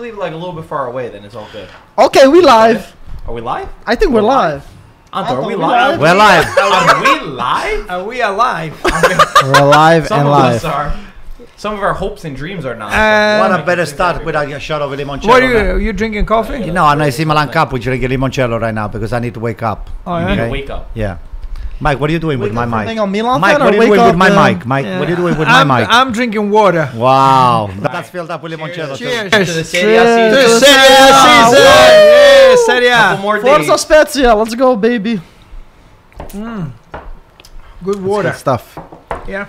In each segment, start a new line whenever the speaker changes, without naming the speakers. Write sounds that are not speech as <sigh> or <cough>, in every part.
technically like a little bit far away, then it's all good.
Okay, we live.
Are we live?
I think we're live.
Anto, are
Anto,
we
we
live?
live?
We're live.
Are we
<laughs>
live?
Are Uh, we alive?
We're alive
Some
and
of us
live.
are. Some of our hopes and dreams are not.
Uh,
What a better start without a shot of limoncello.
what are you?
man.
Are you drinking coffee?
No, I'm not Simalan cup. We drink limoncello right now because I need to wake up.
You
Oh, yeah.
need to
Okay.
wake up.
Yeah. Mike, what are you doing
Wake
with my
up from
mic?
being on Milan
Mike,
fan
what
or
are you doing
wake
with
up,
my
um,
mic? Mike,
Yeah.
what are you doing with
uh, I'm,
my mic?
I'm drinking water.
wow. That's filled up with limoncello. too.
Cheers.
Cheers.
To the Serie A
Cheers.
season.
Cheers.
Serie A
Ah,
season. Yeah, Serie
Couple
A.
more days.
Forza Spezia, let's go, baby.
Good water.
Good stuff.
<laughs> Yeah.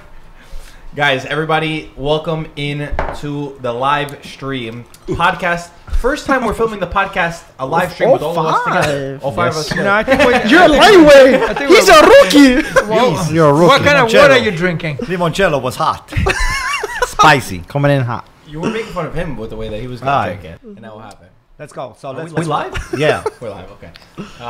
Guys, everybody, welcome in to the live stream podcast. First time we're filming the podcast, a live stream with all of us together.
five.
All five of us
You
together.
know, I think we're,
You're a
I
lightweight.
think
He's
we're-
a rookie.
Jeez, you're a rookie.
what kind of
Oh. Limoncello.
water are you drinking?
Limoncello was hot. <laughs> Spicy.
Coming in hot.
You were making fun of him with the way that he was going
Aye.
to drink it, and that will happen.
Let's go. So
Are we,
let's.
we live?
<laughs> Yeah.
we're live. Okay. Uh,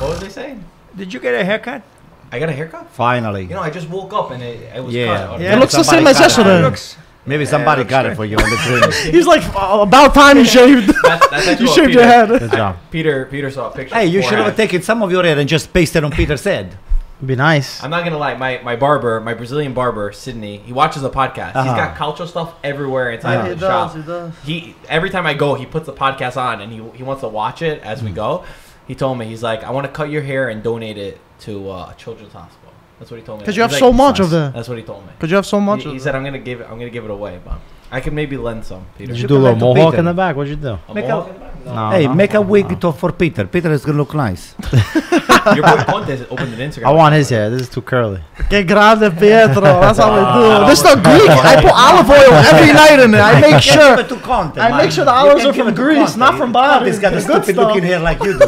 what was I saying?
Did you get a haircut?
I got a haircut.
Finally.
You know, I just woke up and it, it was
yeah.
cut.
Yeah.
It looks the
Somebody
same as
got it.
yesterday.
Looks.
Maybe somebody got it for you on the dream.
He's like, "Oh, about time you shaved.
That's, that's actually
You
what
shaved your
Peter-
head.
Good job.
Peter Peter saw a picture.
Hey, you should
beforehand.
have taken some of your hair and just pasted on Peter's head.
<laughs> Be nice.
I'm not gonna lie, my, my barber, my Brazilian barber, Sydney, he watches the podcast. He's
Uh-huh.
got cultural stuff everywhere inside
Yeah.
of the shop. He every time I go, he puts the podcast on and he he wants to watch it as
Mm.
we go. He told me he's like, I want to cut your hair and donate it to uh, a children's hospital. That's what he told me.
Because you
He's
have
like-
so much of that.
That's what he told me.
Because you have so much
He, he
of
said I'm gonna give it. I'm gonna give it away, but I could maybe lend some. Peter,
you do a little mohawk in the
back? What'd you do?
A
Make a-
mohawk?
<laughs> No.
hey, make a wig to- for Peter. Peter is gonna look nice.
Your boy Pontes opened an Instagram.
hair. This is too curly. Que grande Pietro. That's how we do.
Wow.
This is not Greek. I put olive oil every night in it. I make <laughs> sure.
Give it to Conte,
I
man.
make sure the
You
olives
can
are
give
from
it to
Greece,
Conte.
not from Bari.
Conte's got a
Good
stupid
stuff.
looking hair like you
<laughs>
do.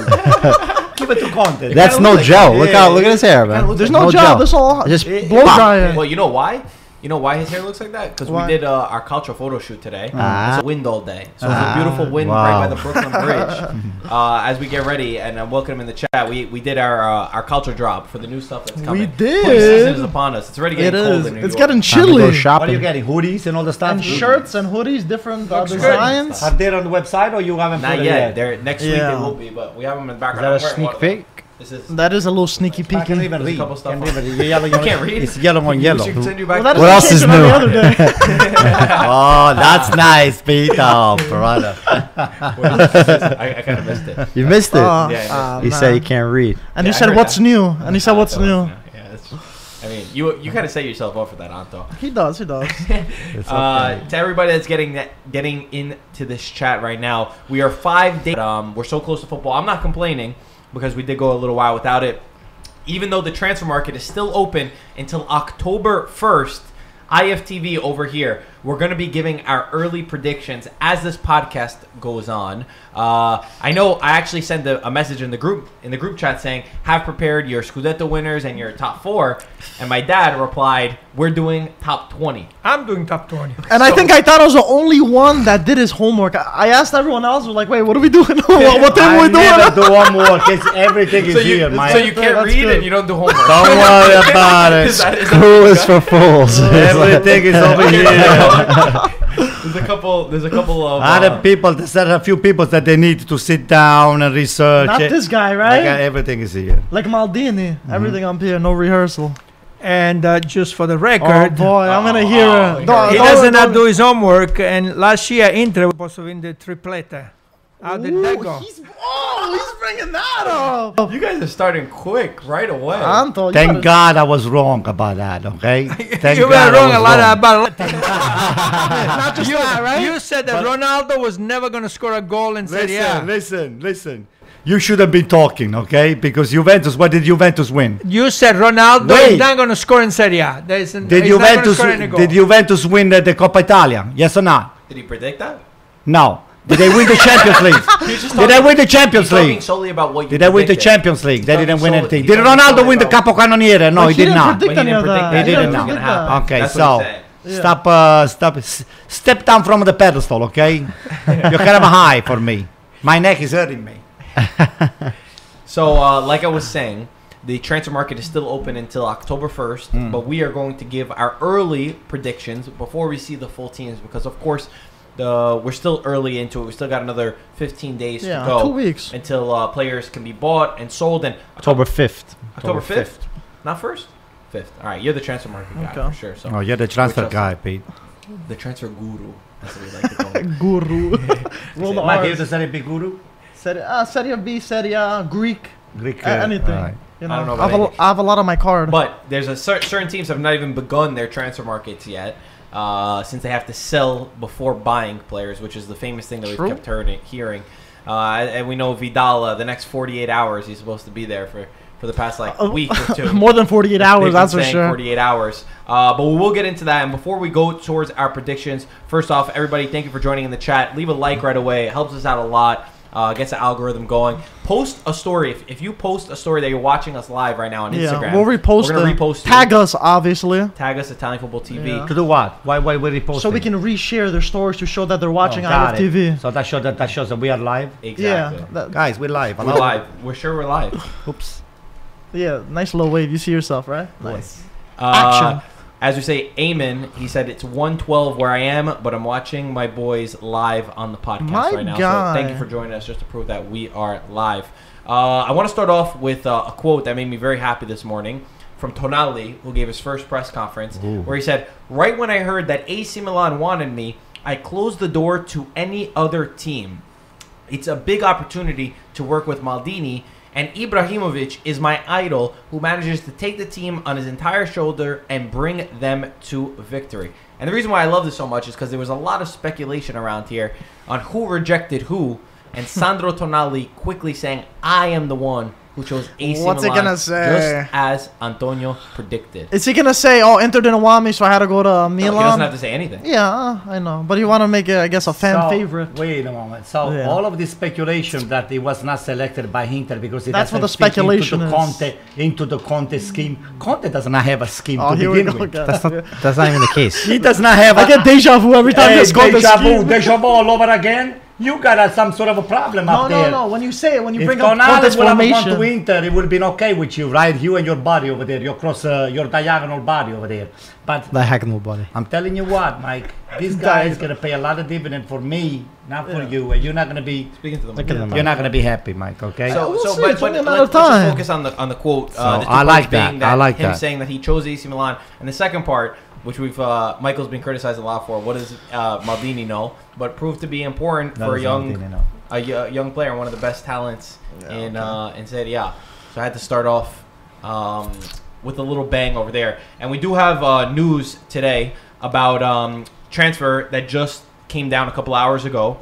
give it to Conte.
That's
kinda
no
looks like-
gel. Look
yeah,
how look at his hair,
kinda
man.
looks There's
There's no, gel. There's all
Just
blow
pop.
dry it.
Well, you know why? You know why his hair looks like that? Because we
Why?
did uh, our cultural photo shoot today.
Ah.
It's a wind all day, so it's a beautiful wind right by the Brooklyn Bridge.
<laughs>
uh, as we get ready, and I'm welcome in the chat. We we did our uh, our culture drop for the new stuff that's coming.
did.
Preseason is upon us. It's already
It
getting cold
is.
in New
It's
York.
getting
Time to go
chilly.
What are you
shopping.
getting? Hoodies and all the stuff?
And shirts and hoodies, different uh,
Looks good.
designs.
Are they on the website or you haven't put
Not
it
yet. They're next week.
Yeah.
It will be, but we have them in the
Is
background.
that a
I'm wearing one
sneak
of them.
peek?
This is.
That is a little sneaky
I can't
peeky.
even
There's a
read.
couple stuff
Can't
on-
even read. Yellow,
You can't read.
It's yellow on yellow. <laughs>
We should send you back.
Well, that
to-
is
What
a
else
change
is
from the
new?
other <laughs> day.
oh, that's nice, Peter, brother.
<laughs>
I, I kind of missed it.
You missed it.
Uh,
Yeah, yeah.
um,
uh,
he
nah.
said he can't read.
And
Yeah,
he
I
said,
heard
"What's
that.
new?" And he said,
Nah,
"What's
that was
new?"
new. Yeah, that's- I mean, you you kind of set yourself up for that, Anto.
He does. He does.
Uh, to everybody that's getting that, getting into this chat right now, we are five days. Um, we're so close to football. I'm not complaining because we did go a little while without it. Even though the transfer market is still open until October 1st, IFTV over here, we're going to be giving our early predictions as this podcast goes on. Uh, I know I actually sent a, a message in the group in the group chat saying, "Have prepared your Scudetto winners and your top four. and my dad replied, "We're doing top 20."
I'm doing top 20.
And I think I thought I was the only one that did his homework. I, I asked everyone else, "We're like, wait, what are we doing? <laughs> what
<laughs>
what time
I
are we
never
doing?"
do homework. It's, everything is
so you,
here, Mike.
so you can't
That's
read
good.
and you don't do homework.
<laughs>
Don't worry about
Is <laughs>
it.
that- is that-
Who is for fools? It's like-
Everything is over
<laughs>
here.
there's a couple. There's a couple of.
Other
uh,
people, there's a few people that they need to sit down and research. <laughs>
Not
it.
this guy,
Like,
right?
uh, everything is here.
Like Maldini, everything up here, no rehearsal.
And uh, just for the
Oh
record,
boy, I'm gonna
Oh,
hear.
oh,
it.
he
Don't-
he
don't-
does not
don't-
do his homework. And last year, Inter was also in the tripleta. How did that
Ooh,
go?
he's- oh, he's bringing that up.
you guys are starting quick right away.
oh, Anto, you
Thank
gotta-
God I was wrong about that,
<laughs>
okay? Thank
you
God I
were wrong
was
a lot
wrong.
<laughs> about a lot.
Not just
you,
that, right?
you said that Ronaldo was never going to score a goal in
Listen,
Serie A.
listen, listen. You shouldn't be talking, okay? Because Juventus, what did Juventus win?
You said Ronaldo
Wait.
is not going to score in Serie A. There is,
Did
he's not gonna
Juventus
score any goal.
did Juventus win the, the Coppa Italia? Yes or not?
Did he predict that?
No. Did they win the Champions
<laughs>
League?
He's just
Did they win the Champions
talking
League?
solely about what you.
Did they win the
predicted.
Champions League? They
talking
didn't win
solely-
anything.
he's
Did
talking
Ronaldo
solely
win the
about-
Capocannoniere? No,
But
he did
didn't
not.
But
predict
he
any
didn't
of
predict
that.
that.
He
Yeah,
didn't
he
know.
did
Gonna happen.
that.
Okay,
That's
so
what he said.
Yeah.
stop, uh, stop, s- step down from the pedestal, okay? You're kind of high for me. My neck is hurting me.
So, uh, like I was saying, the transfer market is still open until October 1st,
Hmm.
but we are going to give our early predictions before we see the full teams because, of course, The, we're still early into it. We still got another 15 days to
Yeah,
go
two weeks.
until uh, players can be bought and sold. And
October 5th.
October 5th, not first, 5th. All right, you're the transfer market guy
Okay.
for sure. So
Oh, you're the transfer
Which
guy, Pete.
the transfer guru. That's what we like to call
<laughs>
him. <laughs>
Guru. Roll the
Might be the
R's.
Serie B guru?
Serie, ah, Serie B, Serie A, Greek.
Greek.
a-
uh,
anything.
alright.
You know,
I
I,
don't know
have
about
a, I have a lot on my card.
But there's a cer- certain teams have not even begun their transfer markets yet, uh, since they have to sell before buying players, which is the famous thing that
True.
we've kept hearing. hearing. Uh, and we know Vidal, uh, the next 48 hours, he's supposed to be there for, for the past like
Uh,
week
<laughs>
or two.
<laughs> More than 48
They've
hours,
been
that's for
saying
sure.
48 hours. Uh, but we'll get into that. And before we go towards our predictions, first off, everybody, thank you for joining in the chat. Leave a like right away. It helps us out a lot. Uh, gets the algorithm going. Post a story. If, if you post a story that you're watching us live right now on Instagram,
Yeah, we'll repost
we're gonna
them.
repost you.
Tag us, obviously.
Tag us Italian Football TV.
Yeah.
To do what? Why, why we reposting?
So we can reshare their stories to show that they're
Oh,
watching
got
IFTV.
it. So that shows that, that shows that we are live.
Exactly.
Yeah, that,
Guys, we're live.
We're
Hello.
live. We're sure we're live.
Oops.
yeah, nice little wave. You see yourself, right?
Nice.
Action.
Uh, as we say, Amen. He said it's 112 where I am, but I'm watching my boys live on the podcast
My
right now.
guy.
So thank you for joining us just to prove that we are live. Uh, I want to start off with uh, a quote that made me very happy this morning from Tonali, who gave his first press conference,
Ooh.
where he said, "Right when I heard that AC Milan wanted me, I closed the door to any other team." It's a big opportunity to work with Maldini, and Ibrahimovic is my idol who manages to take the team on his entire shoulder and bring them to victory. And the reason why I love this so much is because there was a lot of speculation around here on who rejected who, and Sandro Tonali quickly saying, I am the one who chose AC
What's he
Milan,"
gonna say?
Just as Antonio predicted.
Is he gonna say, "Oh, Inter didn't want me, so I had to go to uh,
No, he doesn't
Milan"?
have to say anything.
yeah, uh, I know, but you want to make it, I guess, a fan
So,
favorite.
Wait a moment. So
Yeah.
all of this speculation that he was not selected by Inter because it
That's what
doesn't
the
fit
speculation
into
is.
the Conte into the Conte scheme. Conte does not have a scheme
Oh,
to
here we
begin
go.
with.
guys.
That's not, that's not even the case.
He does not have.
I get deja vu every time
hey,
this goes
deja vu, deja vu all over again. You got uh, some sort of a problem
No,
up
no,
there.
no. When you say it, when you
If
bring up
Gonzalez
Conte's
would have gone to
formation,
Inter, it would have been okay with you, right? You and your body over there, your cross, uh, your diagonal body over there. But
The heck nobody.
I'm telling you what, Mike, this guy is gonna pay a lot of dividend for me, not for you, and you're not gonna be,
Speaking to the mic.
Look at them.
you're not gonna be happy, Mike. Okay?
So,
we'll
so
see,
but,
it's only
but
a matter
let's,
of
let's
time.
just focus on the on the quote. uh,
So,
the two
I
points
like that.
being
I like
him
that.
saying that he chose AC Milan, and the second part, which we've uh, Michael's been criticized a lot for. What does uh, Maldini know? But proved to be important
That
for a
is
young
Maldini, no.
a yo- young player, one of the best talents in uh, in Serie A. So I had to start off um, with a little bang over there, and we do have uh, news today about um, transfer that just came down a couple hours ago.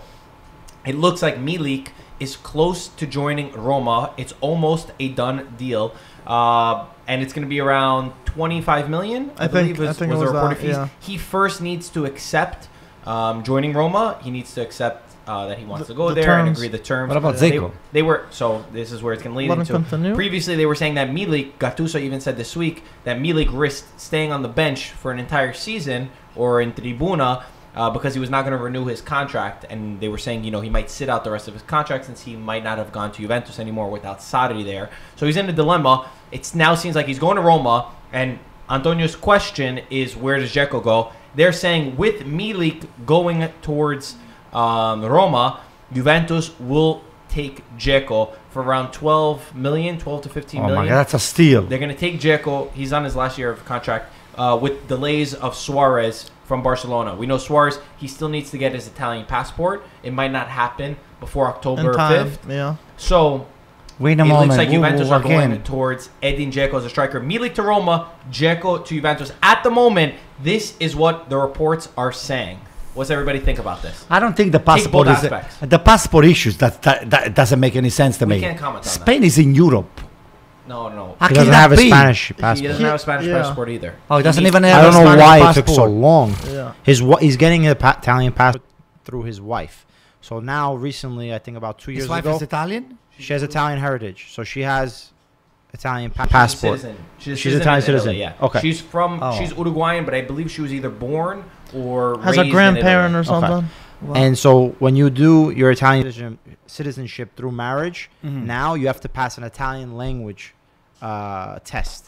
It looks like Milik is close to joining Roma. It's almost a done deal, uh, and it's going to be around 25 million. I,
I think-
believe was,
I think
was the
it was that,
reported fees.
yeah.
He first needs to accept um, joining Roma. He needs to accept uh, that he wants
The-
to go
the
there and
terms.
agree the terms.
What about
They-
Zico?
They, were so. This is where it's going to lead
Let him
into.
continue.
Previously, they were saying that Milik Gattuso even said this week that Milik risked staying on the bench for an entire season or in Tribuna uh, because he was not going to renew his contract, and they were saying you know he might sit out the rest of his contract since he might not have gone to Juventus anymore without Sarri there. So he's in a dilemma. It now seems like he's going to Roma, and Antonio's question is where does Dzeko go? They're saying with Milik going towards um, Roma, Juventus will take Dzeko for around 12 million, 12 to 15
oh
million.
my God, that's a steal.
They're going to take Dzeko. He's on his last year of contract uh, with delays of Suarez from Barcelona. We know Suarez, he still needs to get his Italian passport. It might not happen before October
in time,
5th.
yeah.
So
Wait a
it
moment.
looks like
whoa,
Juventus
whoa,
are going
again.
towards Edin Dzeko as a striker. Milik to Roma, Dzeko to Juventus. At the moment, this is what the reports are saying. What's everybody think about this?
I don't think the
Take both
passport is
aspects.
the passport issues. That, that that doesn't make any sense to
We
me.
can't comment on that.
Spain is in Europe.
No, no.
How can
He doesn't
that
have a
be?
Spanish
He doesn't
passport.
have a Spanish
Yeah.
passport either.
Oh, he doesn't
needs-
even have.
I
a
don't know
Spanish
why it
passport.
took so long.
Yeah.
His wa- he's getting the pa- Italian passport through his wife. So now, recently, I think about two years
His wife
ago,
is Italian.
she has Italian heritage. So she has Italian pa-
She's a
passport.
citizen. She's, a
She's
citizen
Italian
in Italy,
citizen.
yeah.
Okay.
She's from.
Oh.
She's Uruguayan, but I believe she was either born or
Has
raised
a
in
grandparent
Italy.
or something. Wow.
And so when you do your Italian citizen- citizenship through
Mm-hmm.
marriage, now you have to pass an Italian language uh, test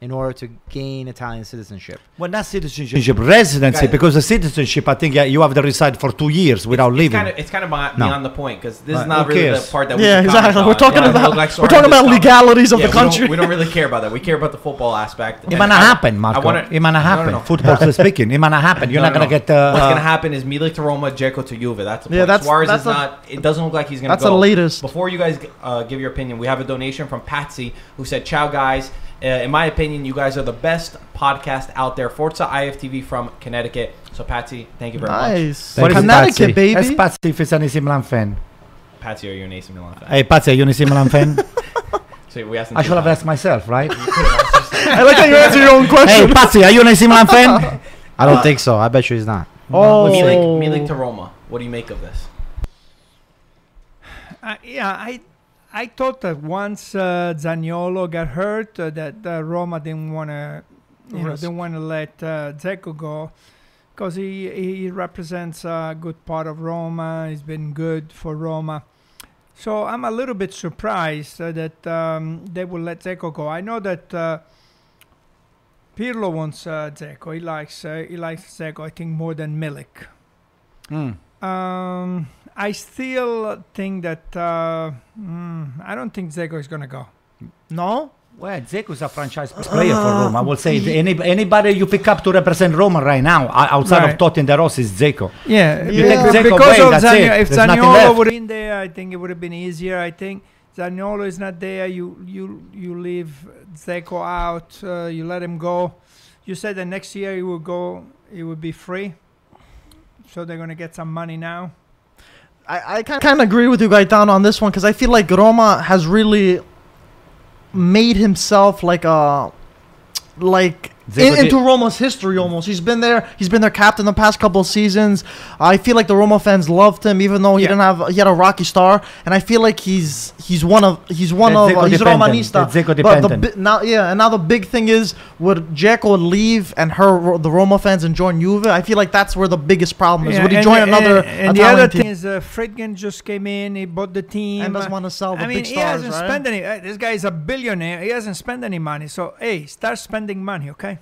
in order to gain Italian citizenship.
Well, not citizenship, residency,
Guys-
because the citizenship, I think yeah, you have to reside for two years without
It's
leaving.
kind of it's kind of beyond,
No.
beyond the point because this is
Right,
not
who
really the
cares?
part that we
Yeah,
should
exactly.
comment
We're
on.
talking
Yeah,
about
we're like,
we're
sorry,
talking
this
about
topic-
legalities of
Yeah,
the
we don't-
country.
We don't, really care about that. We care about the football aspect.
it might not happen, Marco.
wanna-
it might not
no, no,
happen.
no.
Football speaking, it might not
<laughs>
happen. You're
No,
not
no,
gonna
no.
get. Uh,
What's gonna happen is Milik to Roma, Dzeko to Juve. That's the
Yeah,
point.
that's-
Suarez
that's
is
a-
not. It doesn't look like he's gonna.
That's
go.
the latest.
Before you guys uh, give your opinion, we have a donation from Patsy who said, "Ciao guys, uh, in my opinion, you guys are the best podcast out there. Forza IFTV from Connecticut." So Patsy, thank you very much.
Nice.
What is
Connecticut,
Pazzi? È
baby.
Spazzi if it's an AC Milan fan.
Patsy, are you an AC Milan fan?
Hey, Pazzi, are you an AC Milan fan?
So we asked. him
I
two
should have
times.
asked myself, right? <laughs>
I like how you answer your own
hey,
question.
Pazzi, are you an AC Milan <laughs> fan?
I don't think so. I bet you he's not.
oh,
Milik, Milik to Roma. What do you make of this?
Uh, yeah, I I thought that once uh, Zaniolo got hurt, uh, that uh, Roma didn't want to, you know,
Risk.
didn't want to let uh, Zeko go, because he he represents a good part of Roma. He's been good for Roma. So I'm a little bit surprised uh, that um, they will let Zeko go. I know that uh, Pirlo wants uh, Zeko. He likes uh, he likes Zeko. I think more than Milik.
Hmm.
Um, I still think that uh, mm, I don't think Zeko is gonna go.
no.
Well, Zeko is a franchise player for Roma. I will say any, anybody you pick up to represent Roma right now, o- outside
Right.
of Totti and De Rossi, is Zeko.
Yeah,
You
be-
take
be-
Dzeko
because
away,
of
that's
Zaniolo,
it.
if
There's nothing
Zaniolo
left.
would have been there, I think it would have been easier. I think Zaniolo is not there. You you you leave Zeko out. Uh, you let him go. You said that next year he will go. He will be free. So they're gonna get some money now.
I, I kind of agree with you, Gaetano, on this one because I feel like Roma has really made himself like a like
Zeko
in-
did-
into Roma's history almost. He's been there. He's been their captain the past couple of seasons. I feel like the Roma fans loved him, even though he
Yeah.
didn't have he had a rocky star. And I feel like he's he's one of he's one
That's
of uh,
Zeko
he's
dependent.
Romanista.
That's Zeko
But the
dependent.
bi- now yeah, and now the big thing is would Jekyll leave and her the Roma fans and join Juve? I feel like that's where the biggest problem is.
Yeah,
would he
and-
join
and-
another?
And, the
Italian
other
team?
thing is, uh, Friedkin just came in. He bought the team.
and
Uh,
doesn't want to sell the
I mean,
big
he
stars,
hasn't
right?
spent any. Uh, this guy is a billionaire. He hasn't spent any money. So, hey, start spending money, okay?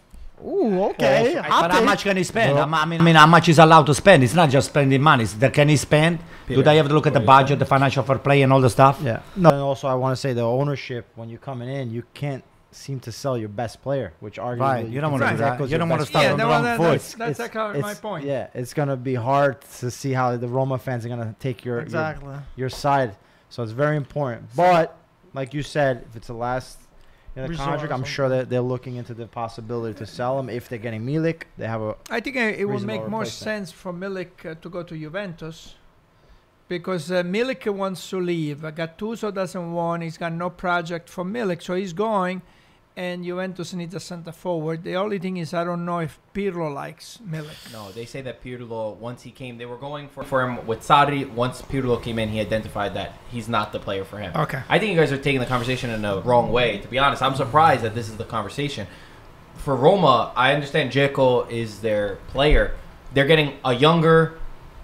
Ooh, okay. I'll
but how
take-
much can he spend? Um, I, mean, I mean, how much is allowed to spend? It's not just spending money. It's the, can he spend? Do
Peter,
they have to look at the
what are you
budget, the financial fair play, and all the stuff?
Yeah. No. And also, I want to say the ownership when you're coming in, you can't seem to sell your best player, which arguably
Right, you don't
can
wanna
say
do that.
Zeko's
You
your
don't wanna
best
start
player.
on the
no,
wrong
that-
foot.
that's, that's
It's-
exactly my
it's-
point.
Yeah, it's gonna be hard to see how the Roma fans are gonna take your your,
Exactly.
your side. So it's very important. But like you said, if it's the last you know,
Resort or
contract, I'm sure that they're looking into the possibility to sell him if they're getting Milik. They have a
I think uh, it would
Reasonable
make more
replacement.
sense for Milik uh, to go to Juventus because uh, Milik wants to leave. Uh, Gattuso doesn't want. He's got no project for Milik, so he's going. And Juventus needs a center forward. The only thing is, I don't know if Pirlo likes Milik.
No, they say that Pirlo, once he came, they were going for, for him with Saudi. Once Pirlo came in, he identified that he's not the player for him.
Okay.
I think you guys are taking the conversation in the wrong way. To be honest, I'm surprised that this is the conversation. For Roma, I understand Jekyll is their player. They're getting a younger,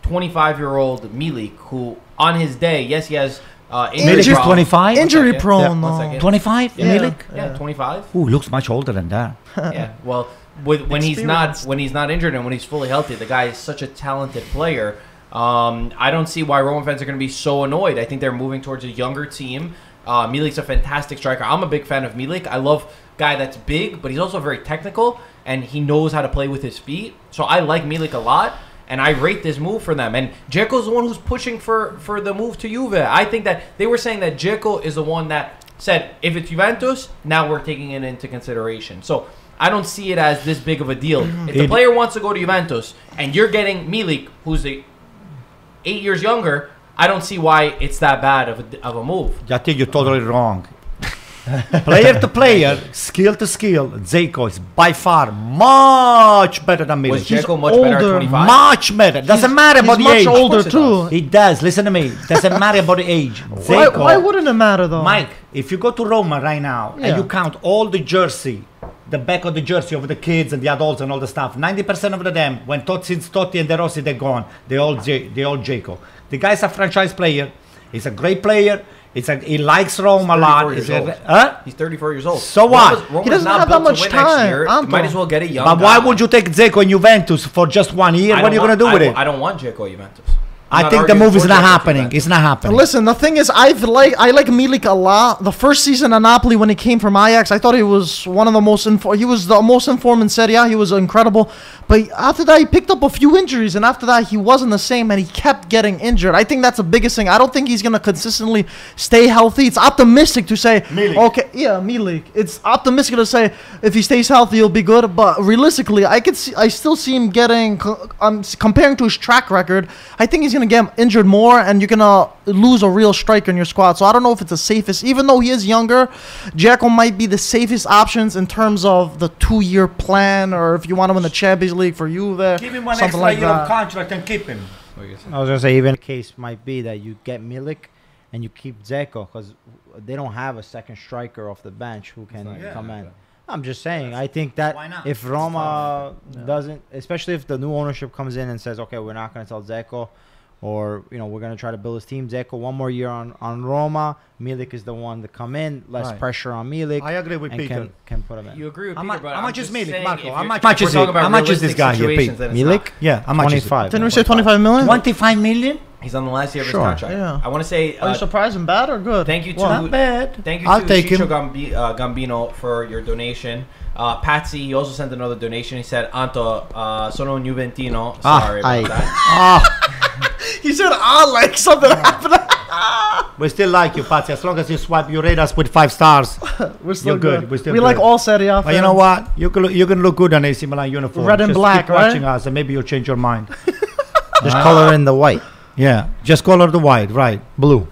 25 year old Milik, who on his day, yes, he has uh, injury
Milik is
problems.
25?
One
Injury
second. One
prone, though.
second.
25?
Yeah.
Milik?
Yeah,
<laughs>
25.
Ooh, looks much older than that.
yeah. Well, with, when he's not when he's not injured and when he's fully healthy, the guy is such a talented player. Um, I don't see why Roma fans are going to be so annoyed. I think they're moving towards a younger team. Uh, Milik's a fantastic striker. I'm a big fan of Milik. I love guy that's big, but he's also very technical and he knows how to play with his feet. So I like Milik a lot. And I rate this move for them. And Jekyll's the one who's pushing for, for the move to Juve. I think that they were saying that Jekyll is the one that said if it's Juventus, now we're taking it into consideration. So I don't see it as this big of a deal. If the
It-
player wants to go to Juventus and you're getting Milik, who's a, eight years younger, I don't see why it's that bad of a, of a move.
I think you're totally wrong. <laughs> player to player, skill to skill, Zeko is by far much better than
Was
Milik.
Jekyll much better at
older,
25?
Much better. Doesn't matter
He's
about the
much
age.
older
course it
too.
It does. Listen to me. Doesn't matter about the <laughs> age.
Why,
Zeko,
why wouldn't it matter
Uh,
though?
Mike, if you go to Roma right now
Yeah.
and you count all the jersey, the back of the jersey of the kids and the adults and all the stuff, 90% of the them, when Totti, since Totti and De Rossi, they're gone. They all, J- they all Jaco. The guy's a franchise player. He's a great player. It's like he likes Rome a
He's
lot.
34
He's
years
a-
old.
huh?
He's 34 years old.
So what?
Roma's- Roma's
He doesn't
not
have that
built to
much
win next
time,
year.
Anton.
Might as well get a young.
But why
guy.
would you take Zeko and Juventus for just one year?
I
What
don't
are you
want-
gonna do with
I,
it?
I don't want Dzeko Juventus. I'm
I
not
think the
arguing
move is
for
not
Dzeko
happening.
Juventus.
It's not happening.
Listen, the thing is, I've like I like Milik a lot. The first season at Napoli when he came from Ajax, I thought he was one of the most info- he was the most informed in Serie A. He was incredible, but after that he picked up a few injuries, and after that he wasn't the same, and he kept getting injured. I think that's the biggest thing. I don't think he's gonna consistently stay healthy. It's optimistic to say, okay, yeah, Milik. It's optimistic to say if he stays healthy he'll be good, but realistically, I could see I still see him getting co- um, s- comparing to his track record. I think he's gonna get injured more, and you're gonna lose a real striker in your squad. So I don't know if it's the safest. Even though he is younger, Jacko might be the safest options in terms of the two-year plan, or if you want to win the Champions League for Juve,
Give him one
something
extra
like
year of
that.
contract and keep him.
What you saying?
I was gonna say even the case might be that you get Milik and you keep Zeko because they don't have a second striker off the bench who can
not gonna
come in.
happen.
I'm just saying. I think that
Why not?
if Roma doesn't, especially if the new ownership comes in and says, okay, we're not gonna sell Zeko, or you know we're gonna try to build his team. Zeko one more year on on Roma. Milik is the one to come in. Less
Right.
pressure on Milik.
I agree with
and
Peter.
can, can put him in.
You agree with
How
Peter,
mu-
but
how
I'm
much is
just
Milik,
saying
Marco?
if
How
you're-
much-
if
how much
we're
is
talking
it?
about
How much is this
realistic
guy here,
situations,
Pete?
then it's
Milik,
not.
Yeah, how much? is it?
25.
Didn't we say 25 million?
25 million?
He's on the last year of
Sure.
his contract.
Yeah.
I want to say
Are
uh,
you surprised and bad or good?
thank you to
Not bad.
Thank you
I'll
to
take
Chicho
him.
Gambi- uh, Gambino for your donation. Uh, Patsy, he also sent another donation. He said, Anto, uh, sono un Juventino.
Ah,
Sorry
aye.
about that.
Ah,
<laughs> He said, "Ah, like something happened." <laughs>
we still like you, Patsy. As long as you swipe, you rate us with five stars.
We're still
You're good. We're still
we
good.
like all Serie A.
But you know
fans.
what? You can look, you can look good on AC Milan uniform.
Red and
just
black,
keep
right?
watching us, and maybe you'll change your mind.
Just color in the white.
yeah, just color the white, right?
Blue.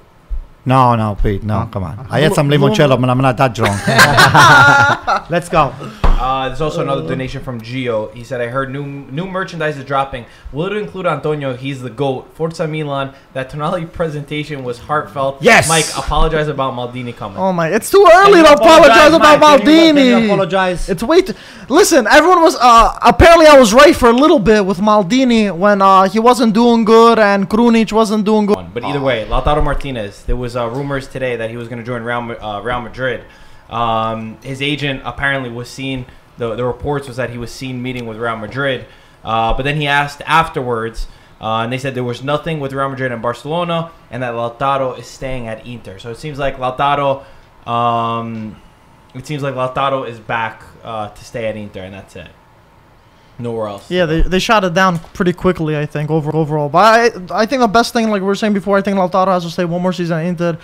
No, no, Pete, no, come on. I had some limoncello, but I'm not that drunk.
<laughs>
Let's go.
Uh, there's also
Uh-huh.
another donation from Gio. He said, I heard new new merchandise is dropping. Will it include Antonio? He's the GOAT. Forza Milan. That Tonali presentation was heartfelt.
Yes!
Mike, apologize about Maldini coming.
Oh my! It's too early to apologize about
Mike. Can
Maldini.
you- can you apologize.
It's way too. Listen, everyone was. Uh, apparently, I was right for a little bit with Maldini when uh, he wasn't doing good and Krunic wasn't doing good.
But either way, Lautaro Martinez. There was uh, rumors today that he was going to join Real, Ma- uh, Real Madrid. Um, his agent apparently was seen. The, the reports was that he was seen meeting with Real Madrid, uh, but then he asked afterwards, uh, and they said there was nothing with Real Madrid and Barcelona, and that Lautaro is staying at Inter. So it seems like Lautaro, um, it seems like Lautaro is back uh, to stay at Inter, and that's it. Nowhere else.
Yeah, they, they shot it down pretty quickly. I think over overall, but I I think the best thing, like we were saying before, I think Lautaro has to stay one more season at Inter,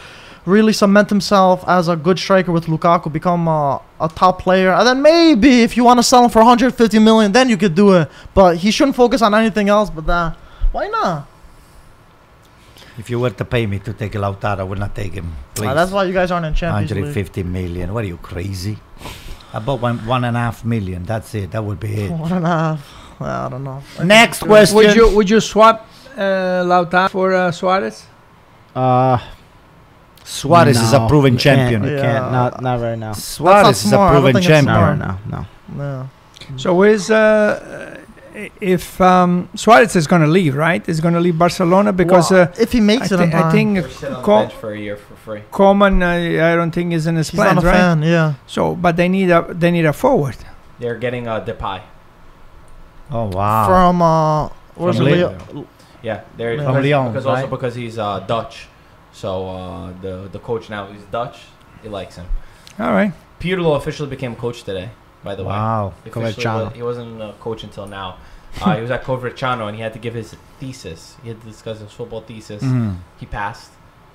really cement himself as a good striker with Lukaku, become a, a top player, and then maybe if you want to sell him for 150 million, then you could do it. But he shouldn't focus on anything else but that. Why not?
If you were to pay me to take Lautaro, I would not take him. Please.
Uh, that's why you guys aren't in Champions League.
150 million. What are you crazy? About one one and a half million. That's it. That would be
<laughs> <laughs>
it.
One and a half. I don't know.
Next question.
Would you would you swap uh, Lautaro for uh, Suarez?
Uh,
Suarez is a
no,
proven
Eh,
you can't-
champion.
you
Yeah.
can't. Not not right now.
Suarez is a
smart. I don't
proven
think it's
Not right
champion.
smart.
now. No.
Yeah.
So is uh, i- if um, Suarez is going to leave, right? Is going to leave Barcelona because
Well,
uh,
if he
I,
makes it,
thi-
on
I
time,
think
Or sit on the
Co-
bench for a year for free.
Coman, uh, I don't think is in his
he's not a
plans, right?
fan. Yeah.
So, but they need a they need a forward.
They're getting uh, Depay.
Oh wow.
From uh, where's
From
Leo?
Yeah, they're
From
because,
Lyon,
because
right?
also because he's uh, Dutch, so uh, the the coach now is Dutch. He likes him.
All right.
Pirlo officially became coach today. By the way,
wow.
He officially
Coverciano.
was- he wasn't a coach until now. Uh, he was at Coverciano and he had to give his thesis. He had to discuss his football thesis.
Mm.
He passed,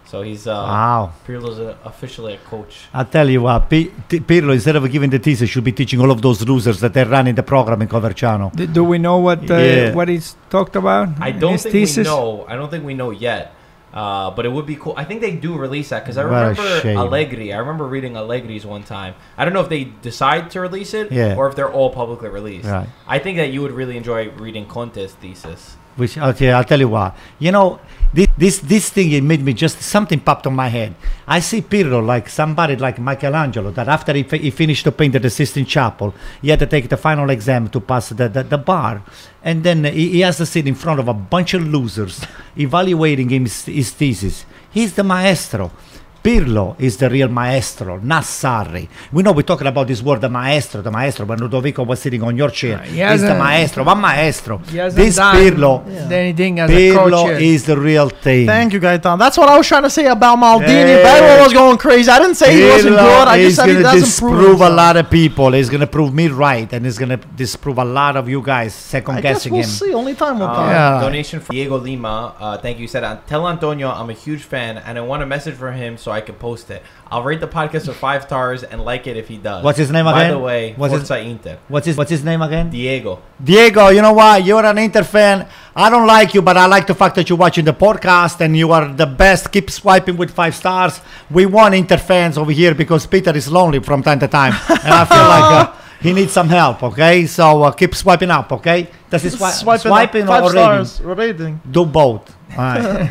so he's uh,
Wow.
Pirlo's uh, officially a coach.
I tell you what, P- T- Pirlo, instead of giving the teaser, should be teaching all of those losers that they're running the program in Coverciano.
Do, do we know what uh,
Yeah.
what he's talked about?
I don't
his
think we
thesis?
know. I don't think we know yet. Uh, but it would be cool. I think they do release that because I
What a
remember
shame.
Allegri. I remember reading Allegri's one time. I don't know if they decide to release it
Yeah.
or if they're all publicly released.
Right.
I think that you would really enjoy reading Conte's thesis.
Which okay, I'll tell you what. You know, this this this thing it made me just something popped on my head. I see Pirlo like somebody like Michelangelo that after he, fi- he finished to paint the Sistine Chapel, he had to take the final exam to pass the the, the bar, and then he, he has to sit in front <laughs> of a bunch of losers evaluating his his thesis. He's the maestro. Pirlo is the real maestro, not Sarri. We know we're talking about this word, the maestro, the maestro. When Ludovico was sitting on your chair,
Uh, he
he's the
hasn't-
maestro, one maestro.
He hasn't
This
done
Pirlo-
anything as a coach.
Pirlo
yet.
is the real thing.
Thank you, Gaetan. That's what I was trying to say about Maldini.
Yeah.
Everyone was going crazy. I didn't say he wasn't
Pirlo
good. I
is
just said he
gonna
doesn't prove
disprove a
himself.
lot of people. He's gonna prove me right, and he's gonna disprove a lot of you guys second
I guess
guessing
we'll
him. Uh,
see. Only time will
Um,
tell.
Yeah.
Donation from Diego Lima. Uh, thank you. He said, "Uh, Tell Antonio I'm a huge fan and I want a message for him so I can post it. I'll rate the podcast with five stars and like it if he does.
What's his name
By
again?
the way,
What's his-
Forza Inter.
What's his What's his name again?
Diego.
Diego, you know what? You're an Inter fan. I don't like you, but I like the fact that you're watching the podcast and you are the best. Keep swiping with five stars. We want Inter fans over here because Peter is lonely from time to time, and I feel like uh, he needs some help. Okay, so uh, keep swiping up. Okay, that's his swi-
Swiping up.
swiping,
five
or rating.
stars rating.
Do both.
<laughs>
All right.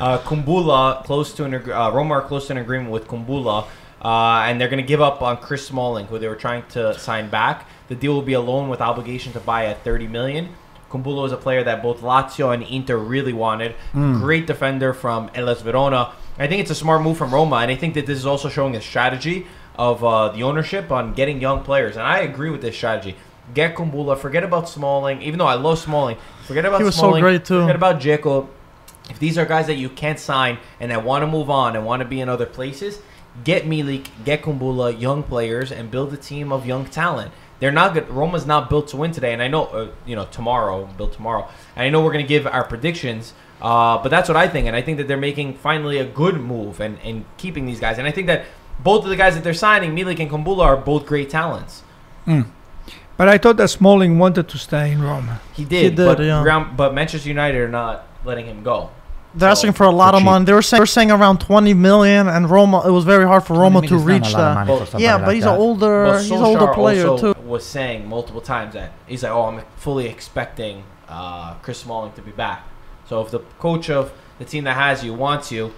Uh, Kumbula close to an ag- uh, Roma are close to an agreement with Kumbula, uh, and they're going to give up on Chris Smalling, who they were trying to sign back. The deal will be a loan with obligation to buy at 30 million. Kumbula is a player that both Lazio and Inter really wanted.
Hmm.
Great defender from Elas Verona. I think it's a smart move from Roma, and I think that this is also showing a strategy of uh, the ownership on getting young players. And I agree with this strategy. Get Kumbula, forget about Smalling, even though I love Smalling. Forget about
He was so
Smalling.
great, too.
Forget about Jacob if these are guys that you can't sign and that want to move on and want to be in other places, get Milik, get Kumbula, young players, and build a team of young talent. They're not good. Roma's not built to win today, and I know uh, you know tomorrow, built tomorrow. And I know we're gonna give our predictions, uh, but that's what I think, and I think that they're making finally a good move and and keeping these guys, and I think that both of the guys that they're signing, Milik and Kumbula, are both great talents.
But I thought that Smalling wanted to stay in Roma.
He did,
did,
but,
yeah.
Ground, but Manchester United are not letting him go.
They're
So,
asking for a lot
for
of
cheap.
money. They were saying they were saying around 20 million, and Roma. It was very hard for Roma to reach that. Yeah, but he's an older,
Well,
he's an older
Solskjaer
player
also
too.
was saying multiple times that he's like, "Oh, I'm fully expecting uh, Chris Smalling to be back." So if the coach of the team that has you wants you,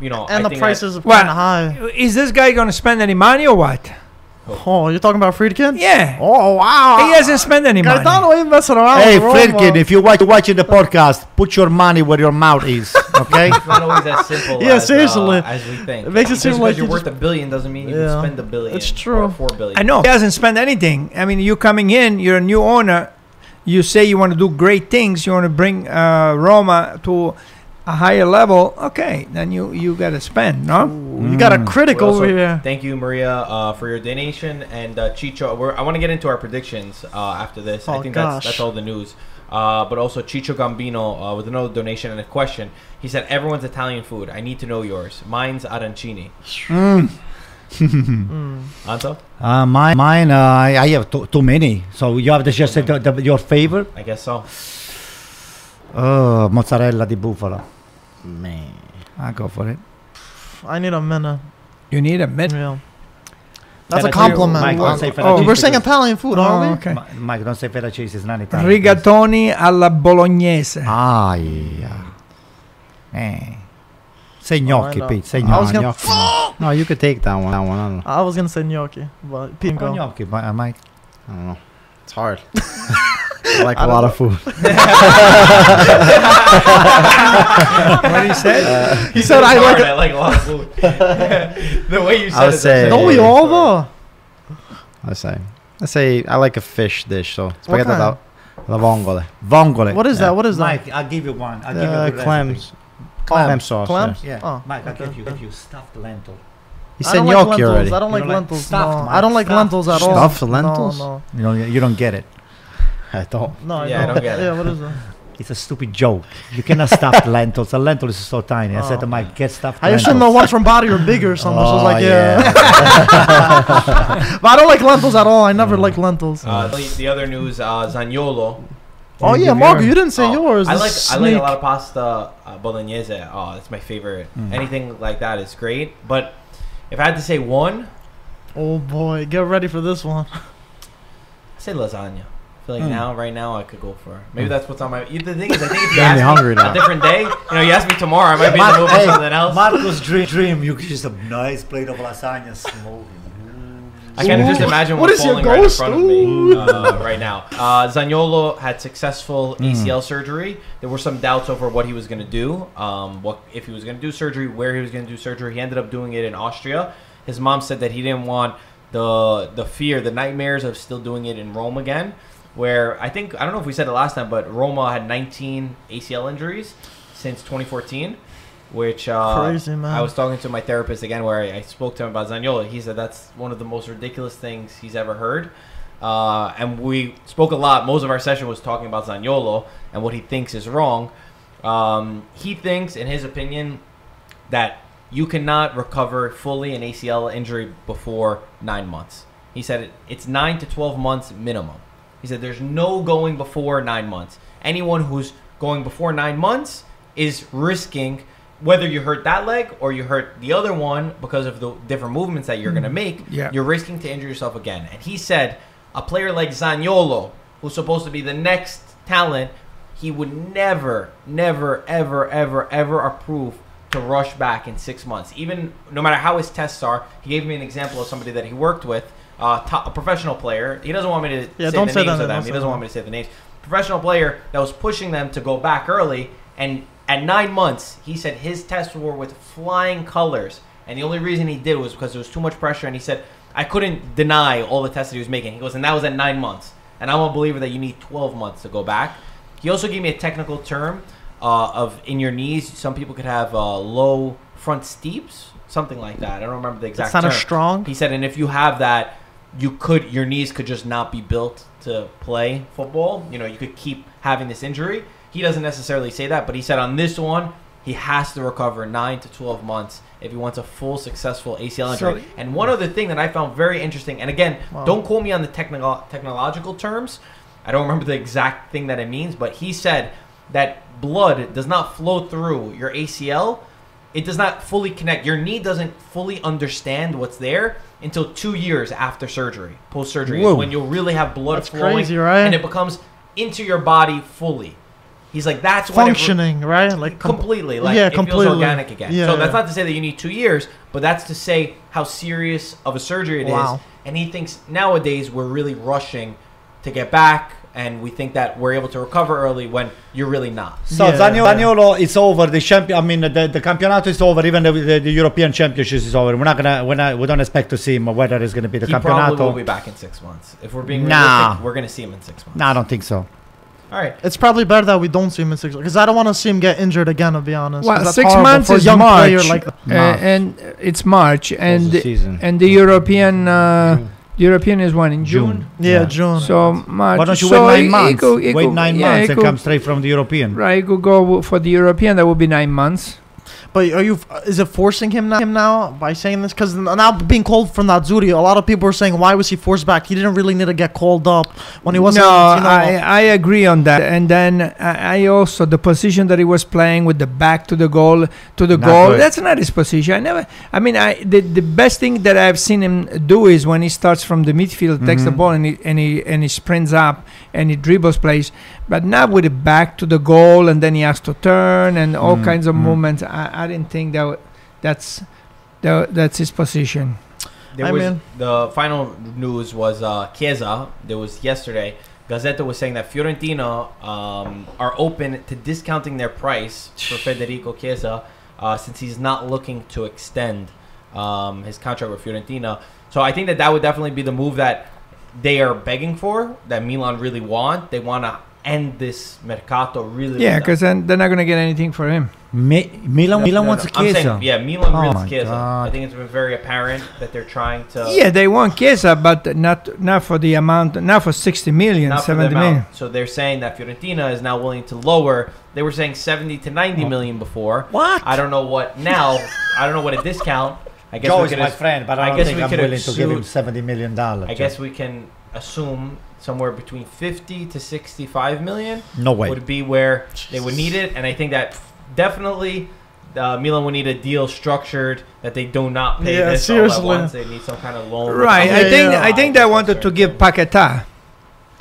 you know,
And
I
the
think
prices are
Well-
kind of high.
Is this guy going to spend any money or what?
Oh, you're talking about Friedkin?
Yeah.
Oh wow.
He hasn't spent any money.
Gaetano ain't messing around.
Hey,
with Roma.
Fredkin, if you're watch, watching the podcast, put your money where your mouth is,
<laughs>
okay?
It's not always as simple.
Yeah,
as, uh,
seriously.
as we think,
It makes it
Just
seem
'cause
like
you're
you
worth a billion doesn't mean you
Yeah.
can spend a billion.
It's true.
Or four billion.
I know. He hasn't spent anything. I mean, you're coming in, you're a new owner, you say you want to do great things, you want to bring uh, Roma to a higher level. Okay, then you, you got to spend, no?
you got
Mm.
a critic
We also-
over here.
Thank you, Maria, uh, for your donation. And uh, Chicho, we're, I want to get into our predictions uh, after this. I
Oh,
think
gosh.
that's that's all the news. Uh, but also Chicho Gambino uh, with another donation and a question. He said, "Everyone's Italian food. I need to know yours. Mine's arancini."
Mm.
Anto,
Uh, mine, mine uh, I I have too, too many. So you have to just say the, the, your favorite?
I guess so.
Uh, mozzarella di bufala.
Man.
I go for it.
I need a minute.
You need a mid.
Yeah. That's a
Feta cheese.
compliment.
Mike, don't say
Oh,
feta
oh,
cheese
we're saying
because-
Italian food,
Oh,
aren't we?
okay.
Ma- Mike, don't say feta cheese. It's not Italian.
Rigatoni alla bolognese.
Ah, yeah. Eh. Say gnocchi,
no.
Pete. Say
Oh, I was
<laughs>
gnocchi.
gonna-
Gnocchi, no. no, you could take that one. That one. I don't know.
I was gonna say gnocchi, but Pete
Go
go.
gnocchi, Mi- uh, Mike.
I don't know. It's
<laughs>
hard. I like
I
a
don't
lot of food.
what he said?
He
said, "I like
I like a lot of food." <laughs> the way you said
I would
it.
say-
Don't Oh, we
Yeah,
all though?
I say. I say I like a fish dish, so spaghetti
kind?
alla, alla vongole.
Vongole.
What is that? What is that?
Mike, I'll give you one. I'll give you
Uh,
a good
clams.
recipe.
Clam, sauce.
Clams?
Yeah.
Oh,
Mike, I'll
okay.
give you, give you stuffed lentil.
Yeah. He
I
said
don't
gnocchi
like lentils.
already.
I don't
You
like
don't like
lentils.
stuffed,
no,
Mike.
I don't like
Stuffed-
lentils at all.
stuffed lentils?
No,
You don't, you don't get it.
<laughs> I don't.
no, no.
Yeah,
I
I
don't.
don't get it.
Yeah, what is
<laughs>
that?
It's a stupid joke. You cannot <laughs> stuff lentils. A lentil is so tiny. I said to
Oh.
Mike, get stuffed
I
lentils.
assume the ones from Body or Bigger or something. so it's
Oh,
like, yeah. <laughs> but I don't like lentils at all. I never like lentils.
Uh, the, the other news, uh, Zaniolo.
oh
you
yeah,
give
Margo,
your-
you didn't say
Oh,
yours.
I
this
like I like
sneak.
a lot of pasta uh, bolognese. Oh, that's my favorite. Anything like that is great. But if I had to say one,
Oh boy, get ready for this one.
I'd say lasagna. I feel like now, right now, I could go for. Maybe that's what's on my. The thing is, I think if you
Got
ask
me
me
hungry
a
now.
different day, you know, you ask me tomorrow, I might be in the
Mar-
mood for
hey, <laughs>
something else.
Marco's dream, dream. You get just a nice plate of lasagna smoking.
I can just imagine
What
what's
is your
falling right in
ghost?
front of me uh, right now. Uh, Zaniolo had successful
Hmm.
ACL surgery. There were some doubts over what he was going to do, um, what if he was going to do surgery, where he was going to do surgery. He ended up doing it in Austria. His mom said that he didn't want the the fear, the nightmares of still doing it in Rome again. Where I think I don't know if we said it last time, but Roma had 19 ACL injuries since 2014, which uh,
Crazy, man.
I was was talking to my therapist again where I, I spoke to him about Zaniolo. He said that's one of the most ridiculous things he's ever heard. Uh, and we spoke a lot. Most of our session was talking about Zaniolo and what he thinks is wrong. Um, he thinks, in his opinion, that you cannot recover fully an ACL injury before nine months. He said it, it's nine to 12 months minimum. He said there's no going before nine months. Anyone who's going before nine months is risking whether you hurt that leg or you hurt the other one because of the different movements that you're going to make.
Yeah.
You're risking to injure yourself again. And he said a player like Zaniolo, who's supposed to be the next talent, he would never, never, ever, ever, ever approve to rush back in six months. Even no matter how his tests are, he gave me an example of somebody that he worked with, uh, top, a professional player. He doesn't want me to
Yeah,
say
don't
the
say
names
that,
of them.
don't
He
say
doesn't
that.
want me to say the names. Professional player that was pushing them to go back early, and at nine months, he said his tests were with flying colors, and the only reason he did was because there was too much pressure, and he said I couldn't deny all the tests that he was making. He goes, and that was at nine months, and I'm a believer that you need 12 months to go back. He also gave me a technical term uh, of in your knees. Some people could have uh, low front steeps, something like that. I don't remember the exact.
It's not a
term.
strong.
He said, and if you have that, you could your knees could just not be built to play football. You know, you could keep having this injury. He doesn't necessarily say that, but he said on this one, he has to recover nine to twelve months if he wants a full successful ACL
So-
injury. and one other thing that I found very interesting, and again,
Wow.
don't quote me on the technical technological terms. I don't remember the exact thing that it means, but he said that blood does not flow through your ACL it does not fully connect. Your knee doesn't fully understand what's there until two years after surgery, post surgery,
Whoa.
when you'll really have blood
That's
flowing,
crazy, right?
and it becomes into your body fully. He's like, that's when it re-
Functioning, right? Like com-
completely, like
yeah,
it
completely.
feels organic again.
Yeah,
so that's
yeah.
not to say that you need two years, but that's to say how serious of a surgery it is.
Wow.
And he thinks nowadays we're really rushing to get back, and we think that we're able to recover early when you're really not.
So
Yeah.
Zaniolo, Zaniolo is over. The champion, I mean, the, the campeonato is over. Even the, the, the European Championships is over. We're not gonna. We're not, we don't expect to see him. Whether it's gonna be the
he probably will be
campeonato.
back in six months. If we're being
Nah.
realistic, we're gonna see him in six months.
No, I don't think so.
All right.
It's probably better that we don't see him in six because I don't want to see him get injured again. To be honest, 'cause
Well,
that's
six
horrible
months
for a
is
young
March,
player like
uh,
March.
and uh, it's March, and
the season.
and the European uh, European is one in June.
yeah,
Yeah.
June.
So
Uh,
March.
Why don't you
so
wait nine
it- it
months?
could- it
wait
could-
nine
yeah,
months
it
and
could-
come straight from the European.
Right, it could go w- for the European. That would be nine months.
But are you? Is it forcing him now? Him now by saying this because now being called from Nazuri, a lot of people are saying why was he forced back? He didn't really need to get called up when he wasn't.
no,
you know,
I, I agree on that. And then I, I also the position that he was playing with the back to the goal to the
Not
goal.
good.
That's not his position. I never. I mean, I the, the best thing that I've seen him do is when he starts from the midfield, takes the
Mm-hmm.
Mhm.
ball, and he and he and he sprints up and he dribbles plays, but not with the back to the goal, and then he has to turn and all
Mm,
kinds of
mm.
movements. I, I didn't think that w- that's that, that's his position.
There
I
was
mean-
the final news was uh, Chiesa. There was yesterday. Gazzetta was saying that Fiorentina um, are open to discounting their price for Federico Chiesa uh, since he's not looking to extend um, his contract with Fiorentina. So I think that that would definitely be the move that they are begging for, that Milan really want. They want to end this mercato really.
Yeah,
with them.
because then they're not gonna get anything for him.
Mi- Milan, Milan wants
I'm
Chiesa.
saying, yeah, Milan
Oh
wants
my
Chiesa. I
God.
think it's been very apparent that they're trying to.
Yeah, they want Chiesa, but not not for the amount, not for 60 million,
not for the
70 million.
amount. So they're saying that Fiorentina is now willing to lower. They were saying 70 to 90 million before.
Oh. What?
I don't know what
<laughs>
now. I don't know what a discount. I guess
Joe
we
is
can
my
ass-
friend, but I,
I
don't
guess
think
we
I'm
could
willing to give him
assume-
seventy million dollars.
I guess we can assume somewhere between 50 to 65 million
no way.
would be where they would need it, and I think that definitely. Uh, Milan would need a deal structured that they do not pay
Yeah,
this
seriously.
all at once. They need some kind of loan.
Right, I
Yeah,
think
yeah.
I think they wanted to give Paqueta,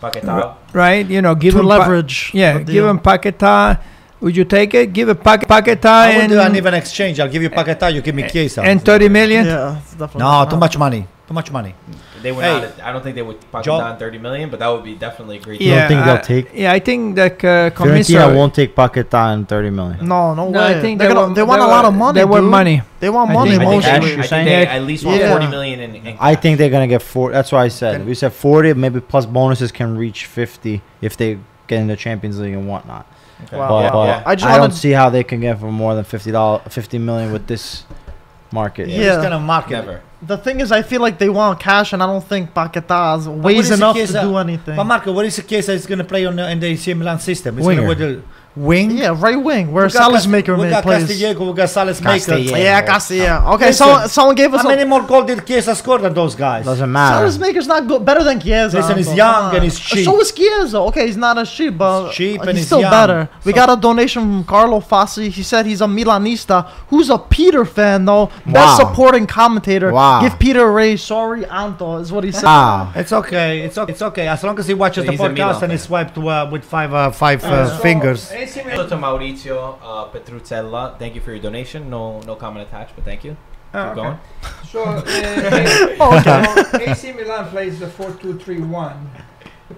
Paquetá.
right? You know, give
to
him Pa-
leverage.
yeah,
the
give
deal.
him Paqueta. Would you take it? Give a pa- Paqueta
I will
and
Eh,
do an even exchange. I'll give you Paquetá, you give me Chiesa.
and 30 million.
Yeah, it's definitely
no,
not.
too much money. Too much money.
They would
Hey,
not. I don't think they would fuck
Joel-
down thirty million, but that would be definitely a great.
You don't
yeah,
think they'll
I-
take-
Yeah, I think that uh,
Fiorentina
Commissar.
won't take Paquetá in 30 million.
No, no,
No,
way.
I think
They're
they
gonna-
want,
they want a lot of money.
They want
dude.
money.
They want
I
money
I
think
think,
mostly.
I,
Ash,
would-
you're
I think
saying?
they at least want
Yeah.
forty million in. in
I
cash.
think they're gonna get four. That's why I said
Then-
we said forty, maybe plus bonuses can reach fifty if they get in the Champions League and whatnot.
Okay.
Wow.
Yeah,
But-
yeah.
I
I,
just
don't
wanted.
see how they can get for more than fifty dollars, fifty million with this market.
Yeah.
It's gonna market.
Never.
The thing is, I feel like they want cash, and I don't think Paquetá
is
weighs
the
enough to
case that-
do anything.
But Marco, what is the case that it's gonna play on the, in the AC Milan system? It's
Winger.
gonna with the wing.
Yeah, right wing uh, where
We got
Salas
Cast-
maker
We got
plays.
Castillejo. We got Salas maker.
Castillejo.
Yeah, Castilla. Okay,
Listen,
someone someone gave us
How
a
many more goals did Chiesa score than those guys?
Doesn't
Salas
matter.
maker's not good, better than Chiesa.
Listen, he's
Anto,
young
come on.
and he's cheap.
So is Chiesa. Okay, he's not as cheap, but
He's cheap
uh, he's
and he's
still
young.
better. We
So-
got a donation from Carlo Fassi. He said he's a Milanista, who's a Peter fan though. Best
Wow.
supporting commentator.
Wow.
Give Peter a raise. Sorry, Anto is what he said.
Ah,
It's okay. It's okay. It's okay. As long as he watches
So
the
he's a
podcast
Milan
and he
fan.
swiped uh, with five uh, five uh, fingers.
Also to Maurizio uh, Petruzella, thank you for your donation. No, no comment attached, but thank you. Keep
Oh, okay.
going.
So, uh, they- so AC Milan plays the 4 2 3 1.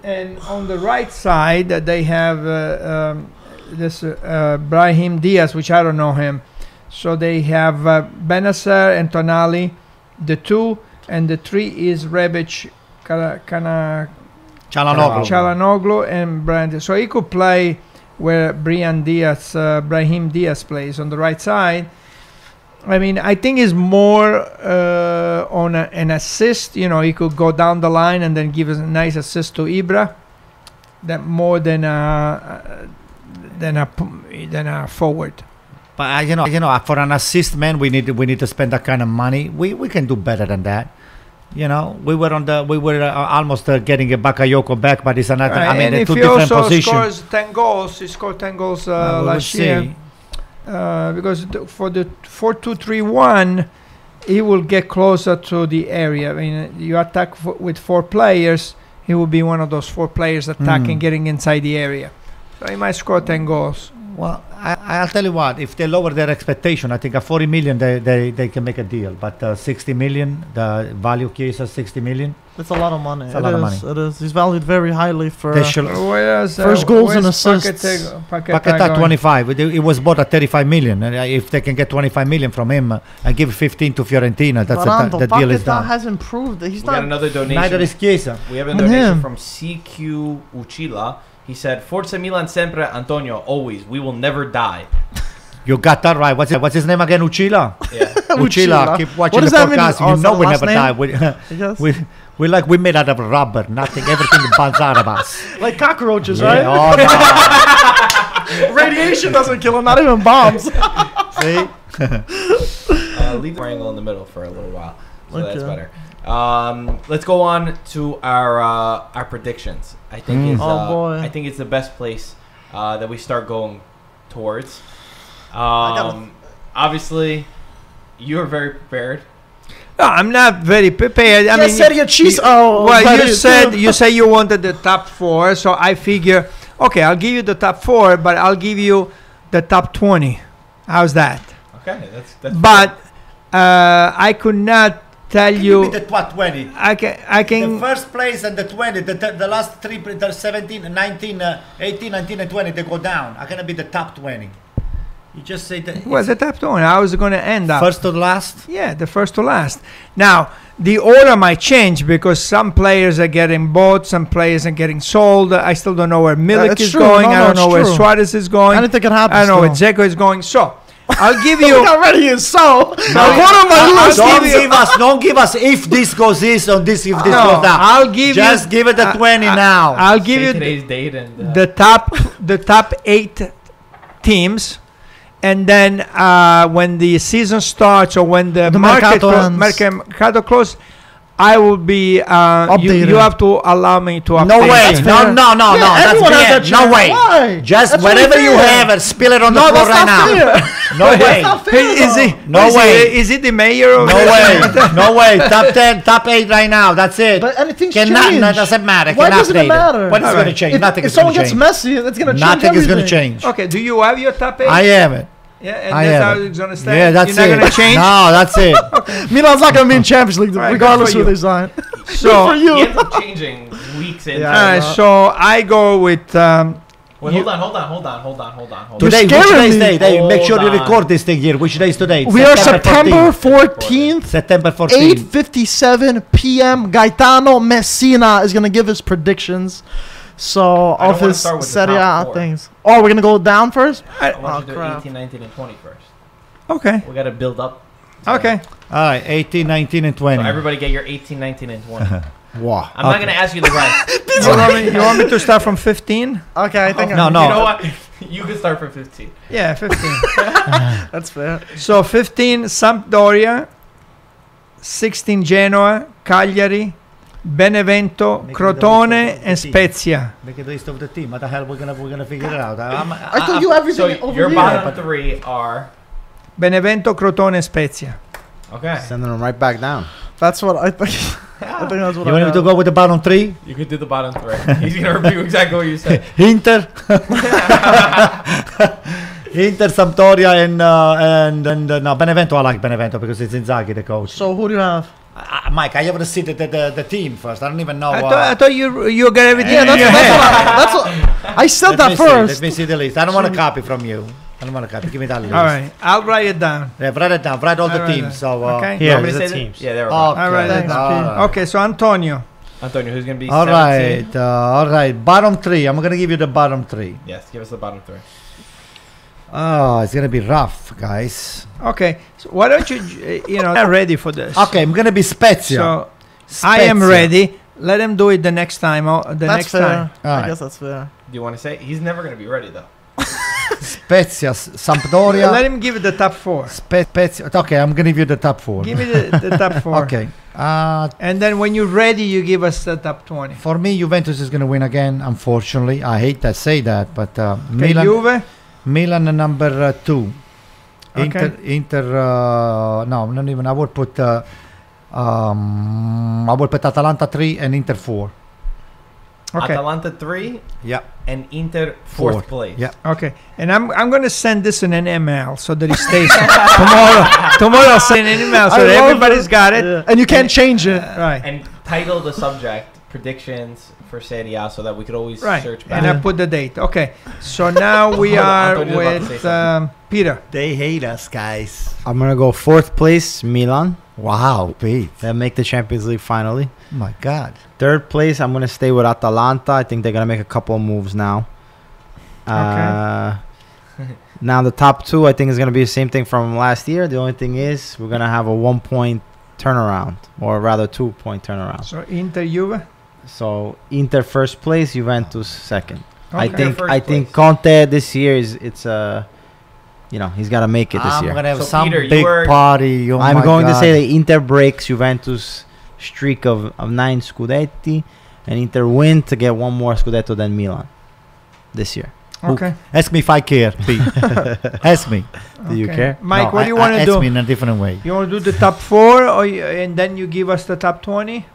And on the right side, uh, they have uh, um, this uh, uh, Brahim Diaz, which I don't know him. So they have uh, Benacer and Tonali, the two, and the three is Rebic, Kana, Kana,
Chalanoglu.
Chalanoglu, and Brand. So he could play where Brian Diaz, uh, Brahim Diaz plays on the right side. I mean, I think it's more uh, on a, an assist. You know, he could go down the line and then give us a nice assist to Ibra. That more than a than a p- than a forward.
But uh, you know, you know, uh, for an assist man, we need we need to spend that kind of money. We we can do better than that. You know, we were on the we were uh, almost uh, getting a Bakayoko back, but it's another.
Right,
I mean,
and
they're
if
two
he
different
also
positions.
scores ten goals, he scored ten goals uh,
Uh, we will
last year.
see.
uh, because th- for the 4-2-3-1 he will get closer to the area i mean uh, you attack f- with four players he will be one of those four players attacking
Hmm.
Mm.
getting inside the area so he might score 10 goals
Well, I, I'll tell you what. If they lower their expectation, I think at 40 million they, they, they can make a deal. But uh, 60 million, the value case is 60 million.
That's a lot of money.
It's a lot
It
of
is, It is. He's valued very highly for.
They should.
Whereas,
First goals and
uh, where's
assists.
Paqueta, Paqueta
Paqueta
going?
25. It, it was bought at 35 million. And uh, if they can get 25 million from him uh, and give 15 to Fiorentina, that's
but
the,
Anto,
the deal is
Paquetá
done.
has improved. He's
We got
not.
another donation.
Neither is Chiesa.
We have a
On
donation
him.
from CQ Uchila. He said, Forza Milan sempre, Antonio, always. We will never die.
You got that right. What's his, what's his name again? Uchila?
Yeah.
Uchila. Keep watching
does
the
that mean?
podcast.
Oh,
You
is
know
that
we
the
never
last
die. We, <laughs>
Yes.
we, we like, we made out of rubber. Nothing. Everything <laughs> buns out of us.
like cockroaches,
Yeah,
right?
oh, no.
<laughs> Radiation doesn't kill him. Not even bombs.
See?
uh, leave the triangle in the middle for a little while. So that's
Okay.
better. Um, let's go on to our uh, our predictions. I think
Mm.
it's,
Oh,
uh,
boy.
I think it's the best place uh, that we start going towards.
gotta-
Um, obviously, you are very prepared.
no, i'm not very prepared
<laughs> yeah,
i mean
Serie cheese. oh,
well
but
you
it-
said you say you wanted the top four so i figure okay i'll give you the top four but i'll give you the top 20 how's that
Okay, that's that's.
but uh, I could not tell
You
you.
beat the twat 20.
I can. I
The
can.
first place and the 20, the, the, the last three, pl- the 17, 19, uh, 18, 19, and 20, they go down. I'm going to be the top 20. You just say that.
was the top one? How is it going to end up?
First to last?
Yeah, the first to last. Now the order might change because some players are getting bought, some players are getting sold. I still don't know where Milik
it's
is
true.
going.
No,
I
no,
don't
it's
know where
true.
Suarez is going.
I didn't think it happened.
I don't know where
still.
Dzeko is going. So I'll give
Look
you.
already is so.
No.
What am I
I'll
losing?
Don't
give you-
give us, don't give us if this goes this or this if this
no,
goes that.
I'll give
just
you.
give it a
I-
20
I-
now.
I'll
say
give you. the-
today's date and uh,
the top the top eight teams and then uh, when the season starts or when the,
The
market
mercato
clo-
ends.
merca- mercato close I will be uh, you, you
Updated.
have to allow me to update
no way.
it.
No,
fair.
no, Oh, no,
Yeah,
no. That's
everyone has
bad.
that
No
chance.
way.
Why?
Just
That's
whatever you
unfair.
have, uh, spill it on the
No,
floor
that's
right
not
now. <laughs>
fair.
No way.
<laughs> That's not
Hey,
fair.
is he
No
is he-
way.
is it the mayor of
No
<laughs>
way. No way. Top 10, top 8 right now. That's it.
But anything's
Cannot,
changed.
no, doesn't matter.
Why
Cannot
doesn't
play
it matter?
What is
All
going to
right.
change?
If,
Nothing
if
is going
someone
to
gets cioè,
change.
messy, it's gonna change
Nothing is
everything.
going to change.
okay do you have your top eight
I have it.
Yeah, and
I
that's
am.
how it's gonna stay.
Yeah, that's
You're not
it.
gonna change.
No,
<laughs>
that's it.
Milan's not going to be in Champions League,
Right, good
regardless
for
who
you.
they
<laughs>
sign.
So,
Good for you.
He ends up changing weeks in.
Yeah.
uh, so I go with um,
Wait,
You-
hold on, hold on, hold on, hold on, hold on, hold on.
You're
today, which
scaring
day is
me.
today? They- Make sure you
Hold on.
record this thing here. Which day is today?
We are September
14th.
14th.
September 14th.
8:57 p.m. Gaetano Messina is gonna give his predictions. So
I don't
of
wanna
his
start with the
Serie
top
A
four.
things. Oh, we're gonna go down first.
I want you to
Oh,
do
crap.
18, 19, and 20 first.
okay,
We got to build up. to
okay.
that.
All right, 18, 19, and 20.
So everybody get your 18, 19, and
<laughs>
20. I'm
Wow.
not going to ask you the rest.
You want, me, you want me to start from 15?
Okay, I think
Oh, No,
I'm-
<laughs> no.
You know what? <laughs> You can start from 15.
Yeah, 15.
that's fair.
so 15 Sampdoria, 16 Genoa, Cagliari, Benevento,
Make it double
Crotone,
double
and
15.
Spezia.
Make a list of the team. What the hell we're gonna we're gonna figure it out. I'm,
I thought you
So
everything over
your
here.
bottom three are.
Benevento, Crotone, and Spezia.
Okay.
Sending them right back down.
That's what I
<laughs>
think. I think that's what I
you want me
have.
to go with the bottom three?
You could do the bottom three. He's going to review exactly what you said.
<laughs> <laughs> Inter, Inter, Sampdoria, and uh, and and uh, no Benevento. I like Benevento because it's Inzaghi the coach.
So who do you
<laughs>
have?
Uh, Mike, I haven't seen the, the, the, the team first. I don't even know.
I,
uh,
thought I thought you you got everything
Yeah,
Eh,
in
that's,
your
that's
head.
what I, that's what, I said
let me
that
see,
first.
Let me see the list. I don't want to copy from you. I don't want to copy. Give me that list.
All right, I'll write it down.
Yeah, write it down. Write all the
All right,
teams. So uh,
Okay.
here
You want me
is
to
the
say that?
teams. Oh.
Yeah, there we go.
Okay.
All right, that's
all right.
Okay, so Antonio.
Antonio, who's going to be
All
17?
right, uh, all right. Bottom three. I'm gonna give you the bottom three.
Yes, give us the bottom three.
Oh, it's gonna be rough, guys.
Okay, so why don't you j- you know I'm ready for this?
Okay, I'm gonna be Spezia.
So I am
Spezia.
ready. Let him do it the next time. Oh, the
that's
next
fair.
time.
All
I
right.
guess that's fair.
Do you want to say? He's never going to be ready, though.
Spezia, S-
Let
Sampdoria.
him give it the top four.
Spe- Spezia. Okay, I'm gonna give you the top four.
Give me the,
<laughs>
the top four.
Okay. Uh,
And then when you're ready, you give us the top 20.
for me, Juventus is gonna win again. Unfortunately, I hate to say that, but uh,
Okay,
Milan.
Juve.
Milan uh, number uh, two. Inter,
Okay.
Inter. Uh, no, not even. I would put. Uh, um, I would put Atalanta three and Inter four.
Okay.
Atalanta three
Yeah.
and Inter fourth
Fourth.
place.
Yeah.
Okay. And I'm I'm going to send this in an email so that it stays <laughs> tomorrow. Tomorrow I'll send an email so
I
that
love
everybody's got it.
Yeah. And you can't change it.
Right.
And title the subject predictions for Serie A so that we could always
Right.
search back.
And I put the date. Okay. So now we
Hold on, I
are
thought you were about to say
with
something.
um, Peter.
They hate us, guys.
I'm gonna go fourth place, Milan.
Wow, Pete.
They'll make the Champions League finally.
My God.
Third place, I'm gonna stay with Atalanta. I think they're gonna make a couple of moves now. Uh, now the top two, I think, is gonna be the same thing from last year. The only thing is we're gonna have a one point turnaround, or rather two point turnaround.
So Inter Juve.
So Inter first place, Juventus second. I
Okay.
think
First
I think
place.
Conte this year is it's uh, you know he's gotta make it this
I'm
year.
gonna have
So,
some
Peter, you
big
were-
party. Oh
I'm
my
going
God.
to say that Inter breaks Juventus' streak of, of nine scudetti, and Inter win to get one more scudetto than Milan this year.
Okay.
Ask me if I care, Pete. <laughs> ask me.
Do you
Okay.
care?
Mike,
No,
what
I-
do you
I-
want to
Ask me in
do?
a different way.
You want to do the top four, or you, and then you give us the top twenty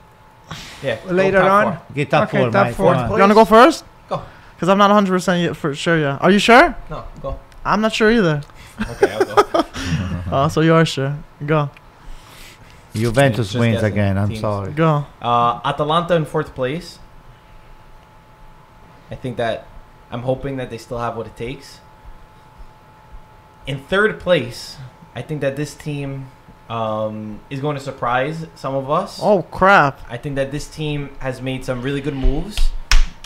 yeah, go
later
top
on.
four.
Get top
Okay,
four,
top
Mike.
four.
Come on.
You wanna go first?
Go.
Because I'm not 100 percent yet for sure. Yeah. Are you sure?
No, go.
I'm not sure either.
Okay, I'll
<laughs>
go.
Uh-huh.
Uh, so you are sure. Go.
Juventus
Just
wins
guessing
again. I'm
teams.
sorry.
Go.
Uh, Atalanta in fourth place. I think that I'm hoping that they still have what it takes. In third place, I think that this team um, is going to surprise some of us.
Oh crap. <laughs>
I think that this team has made some really good moves,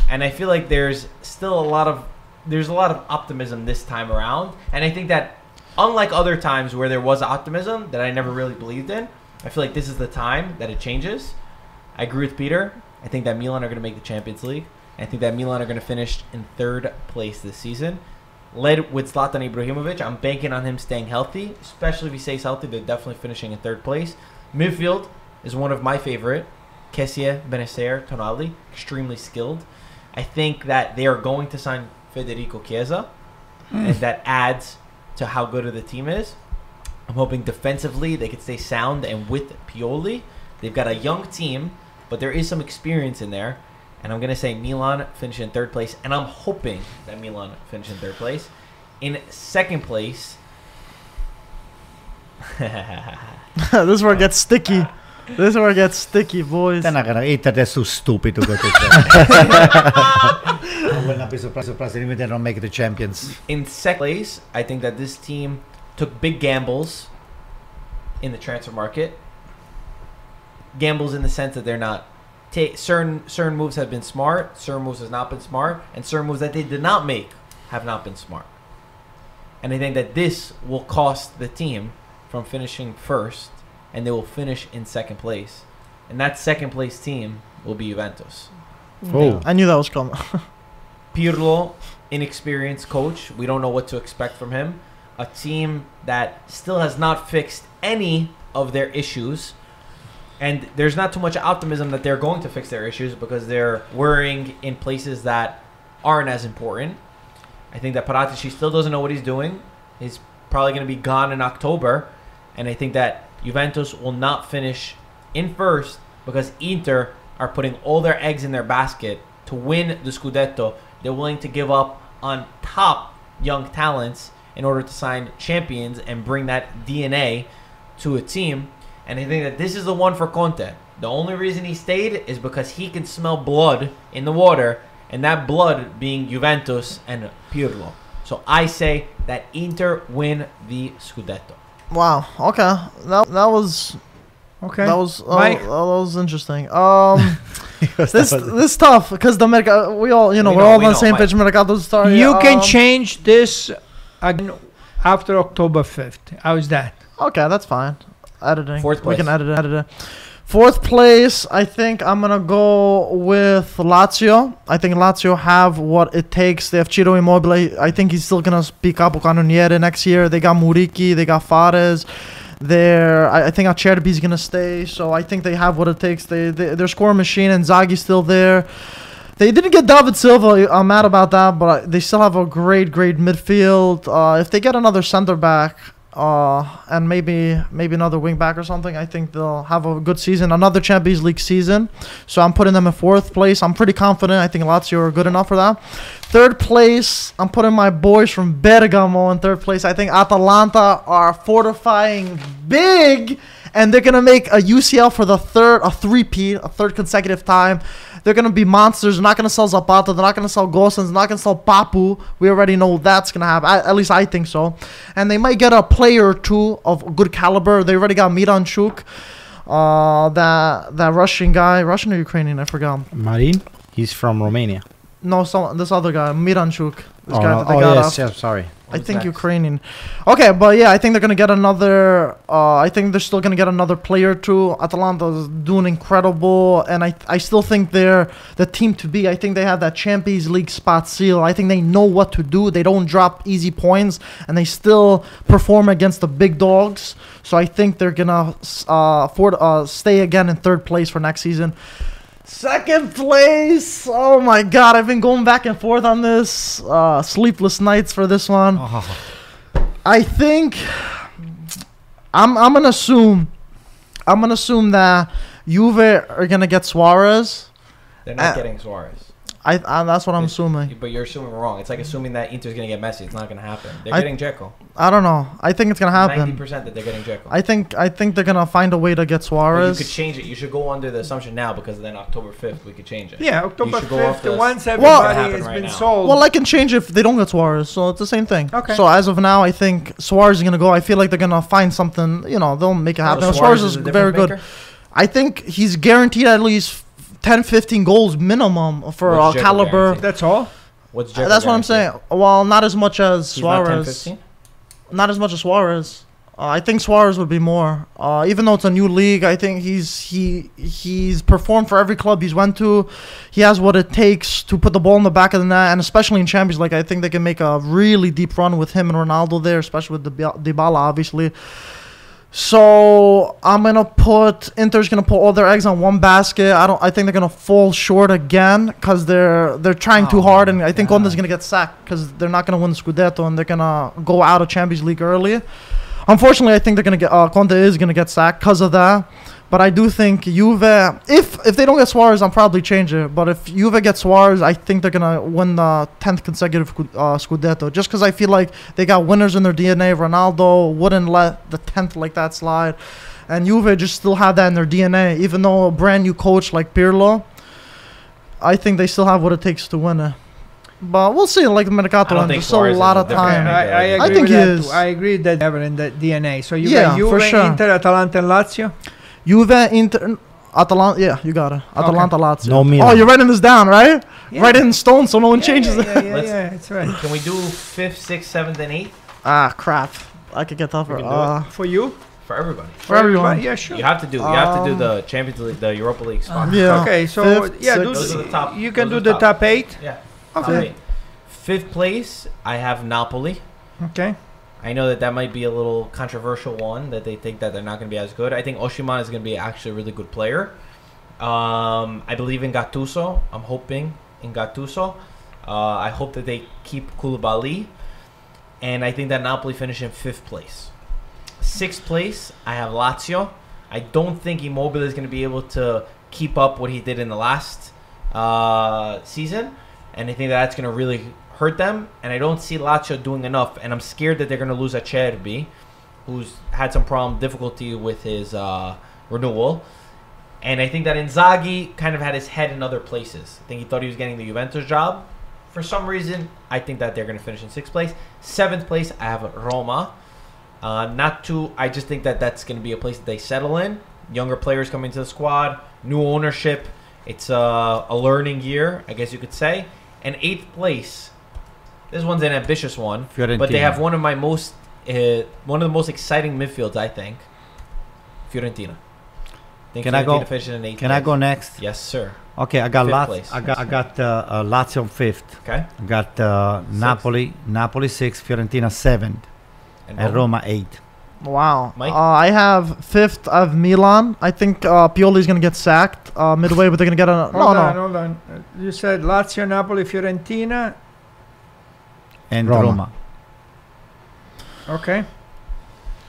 and I feel like there's still a lot of there's a lot of optimism this time around. And I think that unlike other times where there was optimism that I never really believed in, I feel like this is the time that it changes. I agree with Peter. I think that Milan are going to make the Champions League. I think that Milan are going to finish in third place this season. Led with Zlatan Ibrahimovic, I'm banking on him staying healthy, especially if he stays healthy. They're definitely finishing in third place. Midfield is one of my favorite. Kessie, Benacer, Tonali, extremely skilled. I think that they are going to sign Federico Chiesa, and that adds to how good of the team is. I'm hoping defensively they could stay sound and with Pioli. They've got a young team, but there is some experience in there. And I'm going to say Milan finish in third place, <laughs> and I'm hoping that Milan finish in third place. In second place,
this is where it gets sticky. This is where it gets sticky, boys.
They're not gonna eat that. They're so stupid to go
<laughs>
to I will not be surprised, surprised even if they don't make the champions.
in second place, I think that this team took big gambles in the transfer market. Gambles in the sense that they're not ta- certain certain moves have been smart, certain moves has not been smart, and certain moves that they did not make have not been smart. And I think that this will cost the team from finishing first, and they will finish in second place, and that second place team will be Juventus.
Oh.
I knew that was coming.
Pirlo, inexperienced coach. We don't know what to expect from him. A team that still has not fixed any of their issues. And there's not too much optimism that they're going to fix their issues because they're worrying in places that aren't as important. I think that Paratici still doesn't know what he's doing. He's probably going to be gone in October. And I think that Juventus will not finish in first because Inter are putting all their eggs in their basket to win the Scudetto. They're willing to give up on top young talents in order to sign champions and bring that DNA to a team. And I think that this is the one for Conte. The only reason he stayed is because he can smell blood in the water, and that blood being Juventus and Pirlo. So I say that Inter win the Scudetto.
Wow. Okay. That that was
Okay.
that was oh,
Mike?
that was interesting. Um, this
That was-
this tough because the mercado we all you know
We
we are
know,
all
we
on the
know,
same
Mike.
page. Mercado started.
you can
um,
change this again after October 5th. How's that?
Okay, that's fine. Editing.
Fourth
We can
place.
edit it. Edit it. Fourth place, I think I'm gonna go with Lazio. I think Lazio have what it takes. They have Ciro Immobile. I think he's still gonna be capo canoniere next year. They got Muriki. They got Fares. They're, I, I think Acerbi's gonna stay. So I think they have what it takes. They, they their score machine and Zaghi's still there. They didn't get David Silva. I'm mad about that, but they still have a great, great midfield. Uh, if they get another center back uh, and maybe maybe another wing back or something, I think they'll have a good season, another Champions League season. So I'm putting them in fourth place. I'm pretty confident. I think Lazio are good enough for that. Third place, I'm putting my boys from Bergamo in third place. I think Atalanta are fortifying big, and they're gonna make a UCL for the third, a three-peat, a third consecutive time. They're gonna be monsters. They're not gonna sell Zapata. They're not gonna sell Gosens. They're not gonna sell Papu. We already know that's gonna happen. I, at least I think so. And they might get a player or two of good caliber. They already got Miran Chuk, uh, that that Russian guy, Russian or Ukrainian, I forgot.
Marin? He's from Romania.
No, some this other guy, Miran Chuk. This
oh,
guy
no.
that they
Oh,
got off.
yes, yeah, sorry.
I
Who's
think
next?
Ukrainian. Okay, but yeah, I think they're gonna get another. Uh, I think they're still gonna get another player too. Atalanta's doing incredible, and I I still think they're the team to be. I think they have that Champions League spot seal. I think they know what to do. They don't drop easy points, and they still perform against the big dogs. So I think they're gonna uh, for, uh stay again in third place for next season. Second place. Oh my god, I've been going back and forth on this. Uh, sleepless nights for this one.
Oh.
I think I'm I'm gonna assume I'm gonna assume that Juve are gonna get Suarez.
They're not
Uh,
getting Suarez.
I, I that's what I'm assuming.
But you're assuming wrong. It's like assuming that Inter's going to get Messi. It's not going to happen. They're
I-
getting Jekyll.
I don't know. I think it's gonna
90%
happen.
that they're getting Jekyll.
I think I think they're gonna find a way to get
Or you could
Suarez.
change it. You should go under the assumption now because then October 5th we could change it.
Yeah, October
should go off
5th,
the-
once
Well-
everybody
Happen
has
right
been
now.
sold.
Well, I can change if they don't get Suarez, so it's the same thing.
Okay.
So as of now, I think Suarez is gonna go. I feel like they're gonna find something. You know, they'll make it happen.
Oh,
Suarez, is
a difference
very good.
maker?
I think he's guaranteed at least 10, 15 goals minimum for uh,
What's Dzeko
caliber.
guaranteed?
That's all.
What's Jekyll
That's what I'm
guaranteed?
saying. Well, not as much as
He's not 10,
Suarez.
15?
Not, as much as Suarez. Uh, I think Suarez would be more. Uh, even though it's a new league, I think he's he he's performed for every club he's went to. He has what it takes to put the ball in the back of the net, and especially in Champions League, I think they can make a really deep run with him and Ronaldo there, especially with Dybala, Dybala obviously. So I'm gonna put Inter's gonna put all their eggs on one basket. I don't. I think they're gonna fall short again because they're they're trying too
Oh,
hard, and I think
God.
Conte's gonna get sacked because they're not gonna win the Scudetto and they're gonna go out of Champions League early. Unfortunately, I think they're gonna get uh, Conte is gonna get sacked because of that. But I do think Juve, if if they don't get Suarez, I'm probably changing it. But if Juve get Suarez, I think they're gonna win the tenth consecutive cu- uh, Scudetto. Just because I feel like they got winners in their DNA. Ronaldo wouldn't let the tenth like that slide, and Juve just still have that in their DNA. Even though a brand new coach like Pirlo, I think they still have what it takes to win it. But we'll see. Like Mercato,
don't
and
think
there's still a
Suarez
lot
is
of
a
I,
different
time.
guy.
I agree
I think
with
he
that
is.
too. I agree that they have it in the DNA. So you
Yeah,
got Juve,
for sure.
Inter, Atalanta, and Lazio.
Juve, Inter, Atalanta. Yeah, you got it. Atalanta, Lazio.
No Milan.
oh, you're writing this down, right?
Yeah.
Write it in stone so no one
Yeah,
changes
yeah,
it.
Yeah, yeah,
Let's-
yeah, that's right.
Can we do fifth, sixth, seventh, and eighth
Ah, crap. I could get tougher.
We can do it.
<laughs> Uh,
For you,
for everybody?
For everyone.
yeah, sure.
You have to do. You have to do
Um,
the Champions League, the Europa League spot.
yeah.
Okay, so
Fifth,
yeah, do,
sixth.
Those are the top-
you can do
those are
the
top.
top, eight.
Yeah. All
Okay,
right. Fifth place, I have Napoli.
okay.
I know that that might be a little controversial one that they think that they're not going to be as good. I think Oshiman is going to be actually a really good player. Um, I believe in Gattuso. I'm hoping in Gattuso. Uh, I hope that they keep Koulibaly, and I think that Napoli finish in fifth place. Sixth place, I have Lazio. I don't think Immobile is going to be able to keep up what he did in the last uh, season, and I think that's going to really hurt them. And I don't see Lazio doing enough, and I'm scared that they're going to lose Acerbi, who's had some problem difficulty with his uh, renewal. And I think that Inzaghi kind of had his head in other places. I think he thought he was getting the Juventus job. For some reason, I think that they're going to finish in sixth place. Seventh place, I have Roma. Uh, not too. I just think that that's going to be a place that they settle in. Younger players coming to the squad, new ownership. It's a, a learning year, I guess you could say. And eighth place. This one's an ambitious one, but they
Fiorentina.
have one of my most, uh, one of the most exciting midfields, I think. Fiorentina. I think
Can I go-
Fiorentina finishes in eighth
Can I
place.
go next?
Yes, sir.
Okay, I got
Fifth
Lazio.
place.
I got I got uh, uh, Lazio fifth.
Okay.
I got uh,
Sixth.
Napoli. Napoli six. Fiorentina seventh. And Roma eight.
Wow.
Mike?
Uh, I have fifth of Milan. I think uh, Pioli's going to get sacked uh, midway, but they're going to get a. No,
Hold on,
no.
hold on. Uh, You said Lazio, Napoli, Fiorentina.
And
Roma.
Roma.
Okay,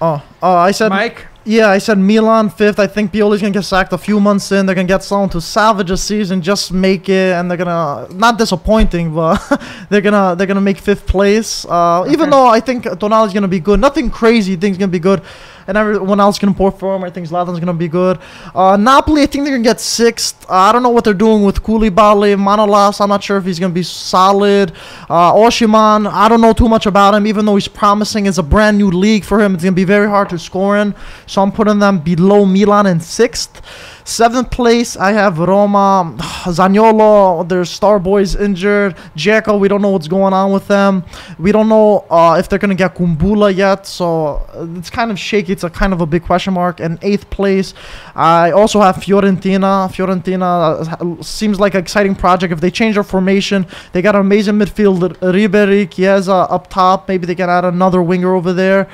Oh, uh, I said.
Mike.
Yeah, I said Milan fifth. I think Pioli's gonna get sacked a few months in. They're gonna get someone to salvage a season, just make it, and they're gonna not disappointing, but <laughs> they're gonna they're gonna make fifth place. Uh, Even
Okay.
though I think Tonali's gonna be good, nothing crazy. I think he's gonna be good, and everyone else can perform. I think Zlatan's gonna be good. Uh, Napoli, I think they're gonna get sixth. Uh, I don't know what they're doing with Koulibaly, Manolas. I'm not sure if he's gonna be solid. Uh, Oshiman, I don't know too much about him, even though he's promising. It's a brand new league for him. It's gonna be very hard to score in. So I'm putting them below Milan in sixth. Seventh place, I have Roma. <sighs> Zaniolo, their star boys injured. Dzeko, we don't know what's going on with them. We don't know uh, if they're going to get Kumbula yet. So uh, it's kind of shaky. It's a kind of a big question mark. And eighth place, I also have Fiorentina. Fiorentina uh, seems like an exciting project. If they change their formation, they got an amazing midfield. Ribery, Chiesa up top. Maybe they can add another winger over there.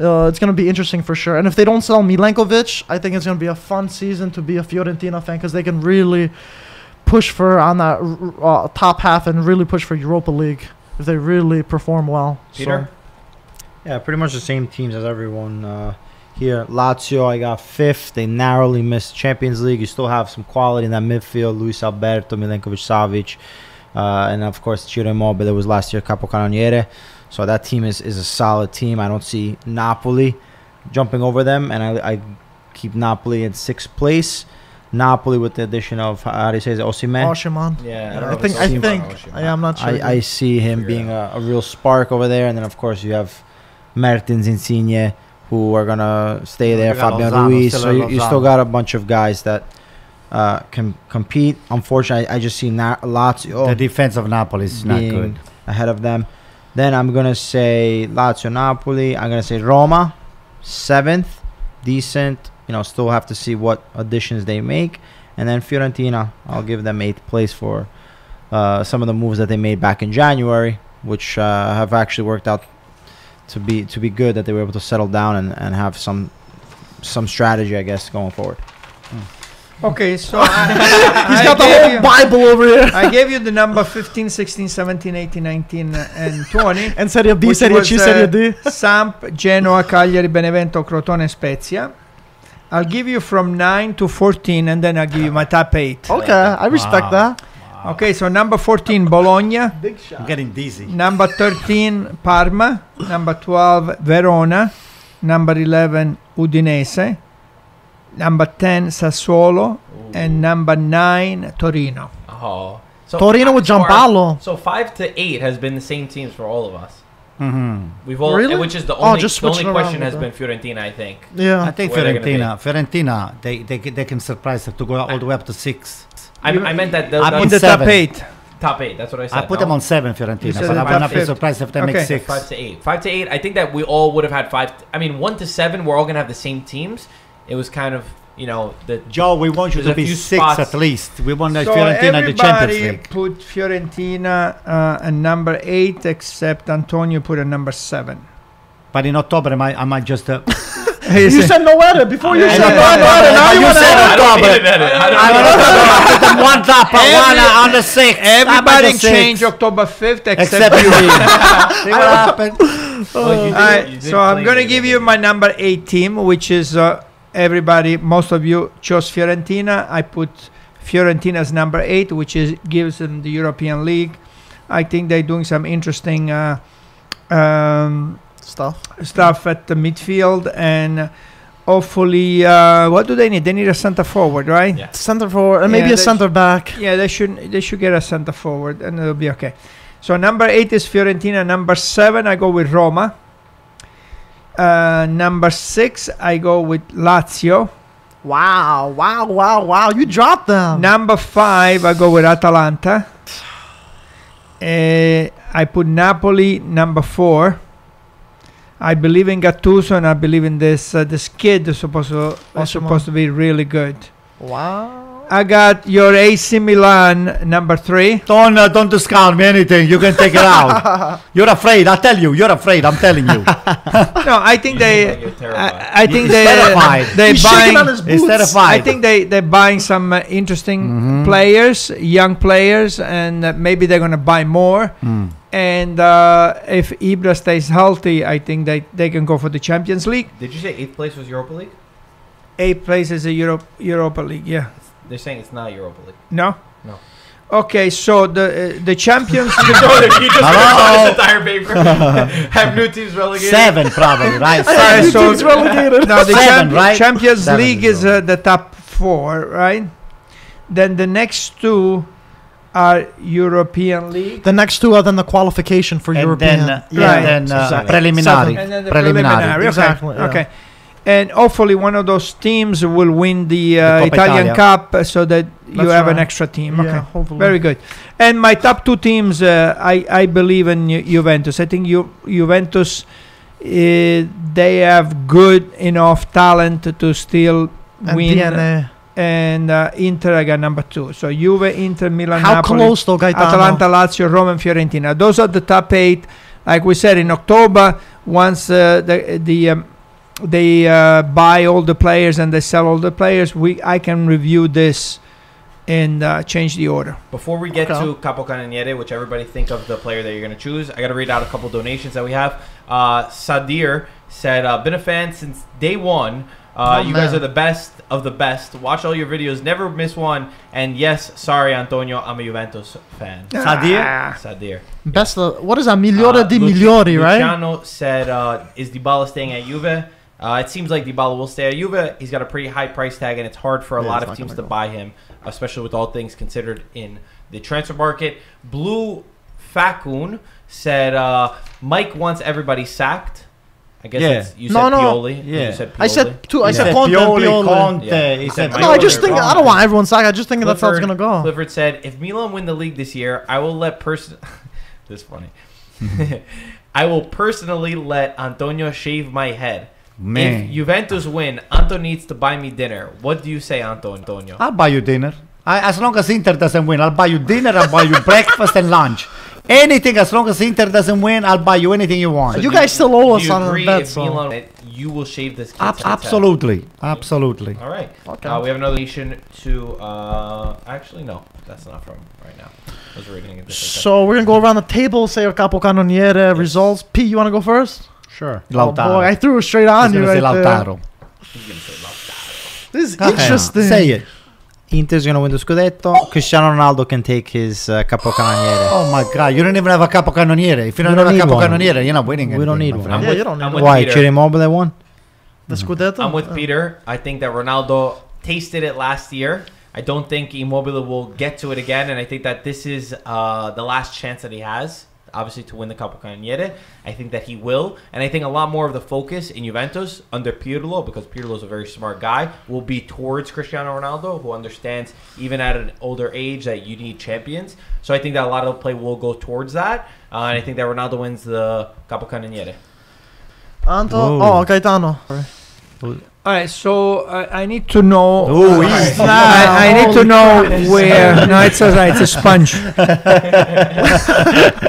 Uh, it's going to be interesting for sure. And if they don't sell Milankovic, I think it's going to be a fun season to be a Fiorentina fan because they can really push for on that uh, top half and really push for Europa League if they really perform well.
Peter?
Yeah, pretty much the same teams as everyone uh, here. Lazio, I got fifth. They narrowly missed Champions League. You still have some quality in that midfield. Luis Alberto, Milenkovic Savic, uh, and of course Ciro Immobile that was last year Capocannoniere. So that team is, is a solid team. I don't see Napoli jumping over them, and I, I keep Napoli in sixth place. Napoli with the addition of how do you say it,
So,
Osimhen.
Roma.
Oshiman.
Yeah. Oh,
I think I think I am not sure.
I, I see him
Figure it
being a, a real spark over there, and then of course you have Mertens, Insigne, who are gonna stay
You
there.
got
Fabian
Lozano,
Ruiz.
still
So
at
you, you still
Lozano.
got a bunch of guys that uh, can compete. Unfortunately, I, I just see Na- oh,
The
Lazio
Oh.
defense of Napoli is not
being
good.
ahead of them. Then I'm gonna say Lazio, Napoli. I'm gonna say Roma, seventh, decent. You know, still have to see what additions they make, and then Fiorentina. I'll give them eighth place for uh, some of the moves that they made back in January, which uh, have actually worked out to be to be good that they were able to settle down and, and have some some strategy, I guess, going forward.
Okay, so
<laughs>
I,
He's
Ah, I
got the
gave
whole
you-
Bible over here.
I gave you the number 15, 16, 17, 18, 19, uh, and 20.
<laughs> And Serie B,
Which
Serie
was,
C,
uh,
Serie D.
Samp, Genoa, Cagliari, Benevento, Crotone, Spezia. I'll give you from 9 to 14, and then I'll give you my top 8.
Okay, I respect
Wow.
that.
Okay, so number 14, Bologna.
Big shot.
I'm getting dizzy.
Number 13, Parma. Number 12, Verona. Number 11, Udinese. Number 10, Sassuolo. And number 9, Torino.
Oh. So
Torino with
so our-
Giampaolo.
So five to eight has been the same teams for all of us.
hmm
We've all,
Really?
which is the
Oh,
only,
just
the only
switching around
question
with
has been Fiorentina, I think.
I
Yeah.
think
Where they're gonna be.
Fiorentina. Fiorentina. They, they they can surprise them to go all the way up to six.
I, I meant that the,
I
the
put
In the top
seven.
8.
top eight. That's what I said.
I put
no?
them on seven,
You
Fiorentina,
said
but I
the
would not
top
be
fifth.
surprised if they
Okay.
make six.
Five to eight. Five to eight. I think that we all would have had five. I mean, one to seven. We're all gonna have the same teams. It was kind of you know the
Joe, we want you
There's
to
a
be
few
six
spots.
at least. We want
so
Fiorentina in the Champions
everybody
League.
put Fiorentina uh, a number 8, except Antonio put a number 7.
But in October, am I, am I just.
<laughs>
Uh,
You said no error before you
I
said
know.
no error. Now
But
you
you
want
said
to.
I don't need an edit. I don't need an edit.
I put them one top, uh, one uh, on the six.
Everybody
six.
changed October 5th, except
Except you.
<laughs>
See what happened?
Well, you did-
Alright,
you did
so I'm
clean
gonna
it.
give you my number eight team, which is uh, everybody. Most of you chose Fiorentina. I put Fiorentina's number eight, which is gives them the European League. I think they're doing some interesting uh, um,
Stuff.
stuff at the midfield, and hopefully, uh, what do they need? They need a center forward, right?
Yeah.
Center forward and maybe
Yeah,
a
they-
center back.
Yeah, they should they should get a center forward, and it'll be okay. So number eight is Fiorentina. Number seven, I go with Roma. Uh, number six, I go with Lazio.
Wow, wow, wow, wow. You dropped them.
Number five, I go with Atalanta. Uh, I put Napoli number four. I believe in Gattuso, and I believe in this uh, this kid is supposed to is
Awesome.
supposed to be really good.
Wow.
I got your AC Milan number three.
Don't, uh, don't discount me anything. You can take it out. You're afraid. I tell you. You're afraid. I'm
<laughs>
telling you.
No, I
You seem
think they.
like you're terrified.
I, I think
He's
they
terrified.
they
He's shaking on
buying.
his
It's
boots.
I
terrified.
think they they're buying some uh, interesting
Mhm.
players, young players, and uh, maybe they're gonna buy more.
Mm.
And uh, if Ibra stays healthy, I think they they can go for the Champions League.
Did you say eighth place was Europa League?
Eight places in Europe Europa League. Yeah.
They're saying it's not Europa League.
No.
No.
Okay, so the uh, the Champions League.
you just
Hello?
this entire paper.
<laughs>
Have new teams relegated.
Seven,
<laughs>
probably, right?
Alright,
Seven.
Your
so-
team's relegated.
now the
Seven,
Champ-
right?
Champions
Seven
League
is
is uh, the top four, right? Then the next two are European League.
The next two are then the qualification for
and
European.
then, uh,
yeah.
and then uh,
Seven.
preliminary.
And then the preliminary.
preliminary.
okay.
Exactly, yeah.
Okay. And hopefully one of those teams will win the, uh,
The Coppa
Italian
Italia.
Cup uh, so that you
That's
have an
right.
extra team.
Yeah,
Okay.
hopefully.
Very good. And my top two teams, uh, I, I believe in Ju- Juventus. I think Ju- Juventus, uh, they have good enough talent to still
and
win.
DNA.
And uh, Inter, I got number two. So Juve, Inter,
uh,
Milan,
How
Napoli.
close though, Gaetano?
Atalanta, Lazio, Roma, and Fiorentina. Those are the top eight. Like we said in October, once uh, the the um, they uh, buy all the players and they sell all the players, we I can review this and uh, change the order.
Before we get
Okay.
to Capo Cananiere, which everybody think of the player that you're going to choose, I got to read out a couple donations that we have. Uh, Sadir said, uh, "Been a fan since day one. Uh,
Oh,
you guys
man.
are the best of the best. Watch all your videos, never miss one. And yes, sorry, Antonio, I'm a Juventus fan."
Sadir?
Ah.
Sadir.
Best of, what is that? Migliore
Uh,
di
Luci-
migliori, right?
Luciano said, uh, "Is DiBala staying at Juve?" Uh, it seems like DiBala will stay at Juve. He's got a pretty high price tag, and it's hard for a
Yeah,
lot
it's
of
not
teams
gonna
to
go.
buy him, especially with all things considered in the transfer market. Blue Fakun said, uh, "Mike wants everybody sacked." I guess
Yeah.
it's, you said
No, no.
Pioli. Oh,
Yeah.
You said Pioli.
I said two. I
He
said
said
Conte.
Pioli,
Pioli.
Conte.
Yeah.
He
He
said
said
No, I just
Pioli,
think I
Conte.
don't want everyone sacked. I just think that's how it's gonna
Clifford-
go.
Clifford said, "If Milan win the league this year, I will let person. <laughs> this is funny. <laughs> I will personally let Antonio shave my head.
Man.
If Juventus win, Anto needs to buy me dinner. What do you say, Anto- Antonio?
Uh,
I'll buy you dinner. I, as long as Inter doesn't win, I'll buy you dinner, I'll
<laughs>
buy you breakfast and lunch. Anything, as long as Inter doesn't win, I'll buy you anything you want.
you guys still owe us
do you
on
agree
that,
if
so-
Milan win, you will shave this kid's
Ab-
head?
absolutely. Absolutely.
All right.
Okay.
Uh, we have another nation to. Uh, actually, no, that's not from right now. I was reading it. different
So we're gonna go around the table, say our capocannoniere results. P, you wanna go first?
Sure.
Oh boy, I
Lautaro.
threw it straight
I
on
was
you
gonna
right
say
there.
Lautaro. Ah, eh.
thing. He's gonna say Lautaro.
This is
Come on,
interesting.
Say it.
Inter's gonna win the scudetto. Cristiano Ronaldo can take his uh, capocannoniere.
Oh my god, you don't even have a capocannoniere. If you don't
We
have
don't
a
need one.
capocannoniere, you're not winning.
We don't
anything,
need
my
one.
I'm
yeah,
with-
you don't
I'm
know.
with
Why?
Peter.
Ciro Immobile won.
The Scudetto.
I'm with
Uh,
Peter. I think that Ronaldo tasted it last year. I don't think Immobile will get to it again, and I think that this is uh, the last chance that he has, obviously, to win the Coppa Cannoniere. I think that he will, and I think a lot more of the focus in Juventus under Pirlo, because Pirlo is a very smart guy, will be towards Cristiano Ronaldo, who understands even at an older age that you need champions. So I think that a lot of the play will go towards that, uh, and I think that Ronaldo wins the Coppa Cannoniere.
Anto.
Whoa.
Oh, Gaetano.
All right, so uh, I need to know.
Ooh,
I-
easy.
I, I need to
Holy <laughs>
know where. No, it's all right. It's a sponge.
You're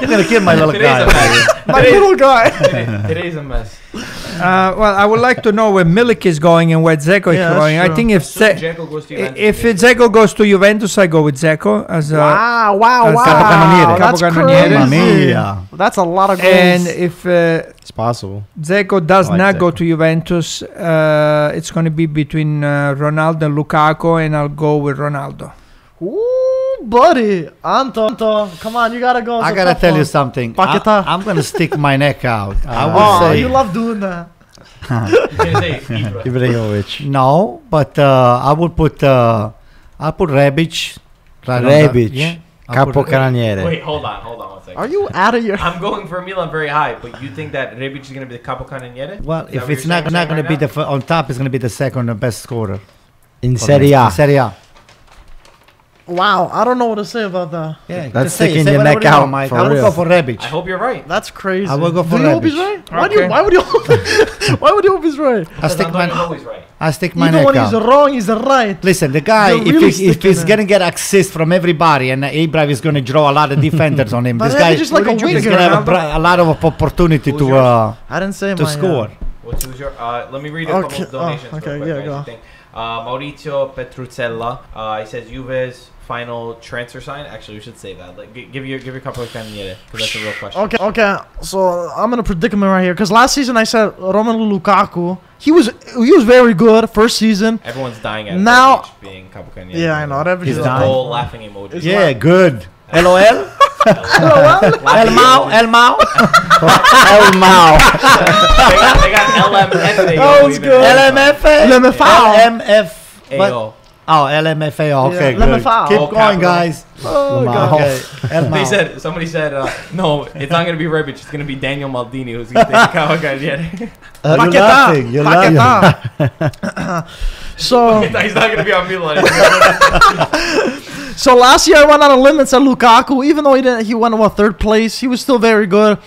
gonna
<laughs>
kill my little
Today's a
guy.
mess.
My little guy.
Today- Today's a mess.
Uh, well, I would like to know where Milik is going and where Zeko
Yeah,
is
that's
going. I
true.
think if
So
Ze-
Dzeko goes to Juventus. <laughs>
if it- Zeko goes to Juventus, I go with Zeko as a.
wow! Wow!
That's
Wow!
Capocannoniere.
That's
Capocannoniere.
Mamma
crazy.
mia.
That's a lot of goals.
And if uh,
It's possible.
Zeko does
I like
not go
Dzeko.
to Juventus, uh, it's going to be between uh, Ronaldo and Lukaku, and I'll go with Ronaldo.
Ooh, buddy, Anto, Anto, come on, you gotta go. It's
I
a
gotta
tough
tell
one.
you something.
Paquetá.
I, am gonna stick my neck out. I
Ah.
would
Oh,
say
you love doing that.
He's gonna say Ibra.
Ibrahimovic.
no, but uh, I would put uh, I put Rebic. right on the-
Rebic.
yeah, I put-
Capocannoniere.
Wait, hold on, hold on one second.
Are you out of your?
<laughs> I'm going for Milan very high, but you think that Rebic is going to be the Capo Cannoniere?
Well,
Is that
if
what
it's
you're
not
saying
not gonna
right
be
now?
the f- on top, it's gonna be the second best scorer.
In
for
Serie
me.
A.
Serie A.
Wow, I don't know what to say about that.
Yeah,
That's
just say-
sticking
say
your
whatever
neck
you want,
out,
Mike.
for
I would
real.
go for Rebic.
I hope you're right.
That's crazy.
I will go for
Do you hope he's right?
Rebic.
Why do you?
Okay.
Why would you? <laughs> why would you hope he's right?
I
Because
stick
Antonio's
my
always right.
I stick my
Even
neck
when
out.
he's wrong, he's right.
Listen, the guy,
You're
if,
really
he, if
sticking
he's
it.
gonna get access from everybody, and Abraham is gonna draw a lot of defenders on him,
But
this
Rebic
guy
is like a
he's
winger,
gonna have a,
Ronaldo.
pro- a lot of opportunity
Who's
to
yours?
uh,
I didn't say
to
my, uh,
score.
What's who's your? Uh, let me read a
Okay,
couple
oh,
of donations.
okay,
real quick,
yeah,
guys,
go.
I think. Uh, Maurizio Petruzella. Uh, he says Juve's final transfer sign. Actually, we should say that. Like, gi- give your give your Capo Cannoniere because that's a real question.
Okay, okay. So I'm in a predicament right here because last season I said Romelu Lukaku. He was he was very good first season.
Everyone's dying at
Now-
Rebic being Capo Cannoniere.
Yeah, I know. Rebic
He's
is
There's
a
a
dying.
whole
whole-
laughing emoji. <laughs>
It's
Yeah, good. LOL,
<laughs>
El
Laughing
Mao,
emoji.
El Mao,
El
<laughs>
Mao.
They got- they got LMF. They
That was
go even
good.
better.
LMFA,
LMFAO.
<laughs> LMF. what?
AO.
Oh, LMFAO. Okay,
Yeah,
good.
LMFAO.
Keep
All
going,
capital.
guys.
Oh,
Lamar.
God.
Okay, El
They
Mao.
said somebody said uh, no, it's not gonna be Rebic. It's gonna be Daniel Maldini who's gonna take the cow
Uh, you're
Paquetá,
laughing. You're laughing.
Paquetá. <laughs> so
He's not gonna be on Milan. He's gonna
so last year I went on a limb and said Lukaku, even though he didn't, he went what third place. He was still very good.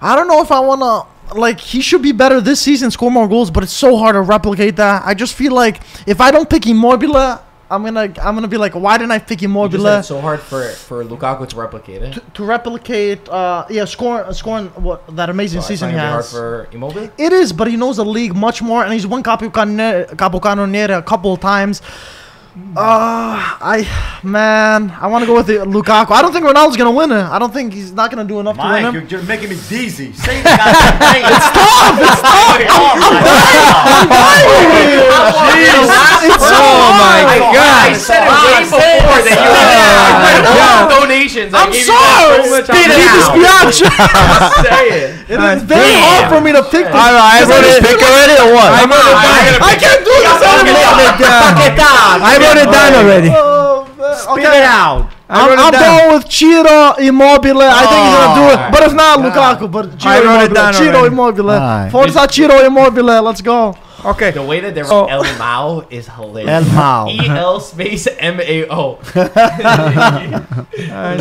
I don't know if I wanna like he should be better this season, score more goals, but it's so hard to replicate that. I just feel like if I don't pick Immobile, I'm gonna I'm gonna be like, why didn't I pick
go- You just said
Immobile
it's so hard for for Lukaku to replicate it.
to, to replicate? Uh, yeah, score scoring what that amazing
So it's
season
not
he
gonna be hard
has.
for Immobile.
It is, but he knows the league much more, and he's won Capocannoniere Capocannoniere a couple of times. Uh, I man, I want to go with the Lukaku. I don't think Ronaldo's gonna win it. I don't think he's not gonna do enough to win him.
you're making me dizzy. Say the guy.
<laughs>
It's so
Oh, my god! I said it way before that you had donations. I
I'm
gave you guys
sorry.
So much opportunity.
Spit it
<laughs>
out.
Just saying.
It is very hard for me to pick this.
I wrote it. Pick already or what?
I'm gonna
I
pick-
can't do this anymore.
I
wrote it down already.
Oh, man.
Spit
Okay.
it out.
I wrote
I'm, I'm
it down.
going with Chiro Immobile. I think he's gonna do
Oh,
it, but if not, Lukaku. But
I
Chiro
wrote it
Immobile.
down
Chiro
already.
Immobile.
Alright.
Forza Chiro Immobile. Let's go.
Okay.
The way that they're
So-
El Mao is hilarious.
El Mao.
E L space M A O.
Uh,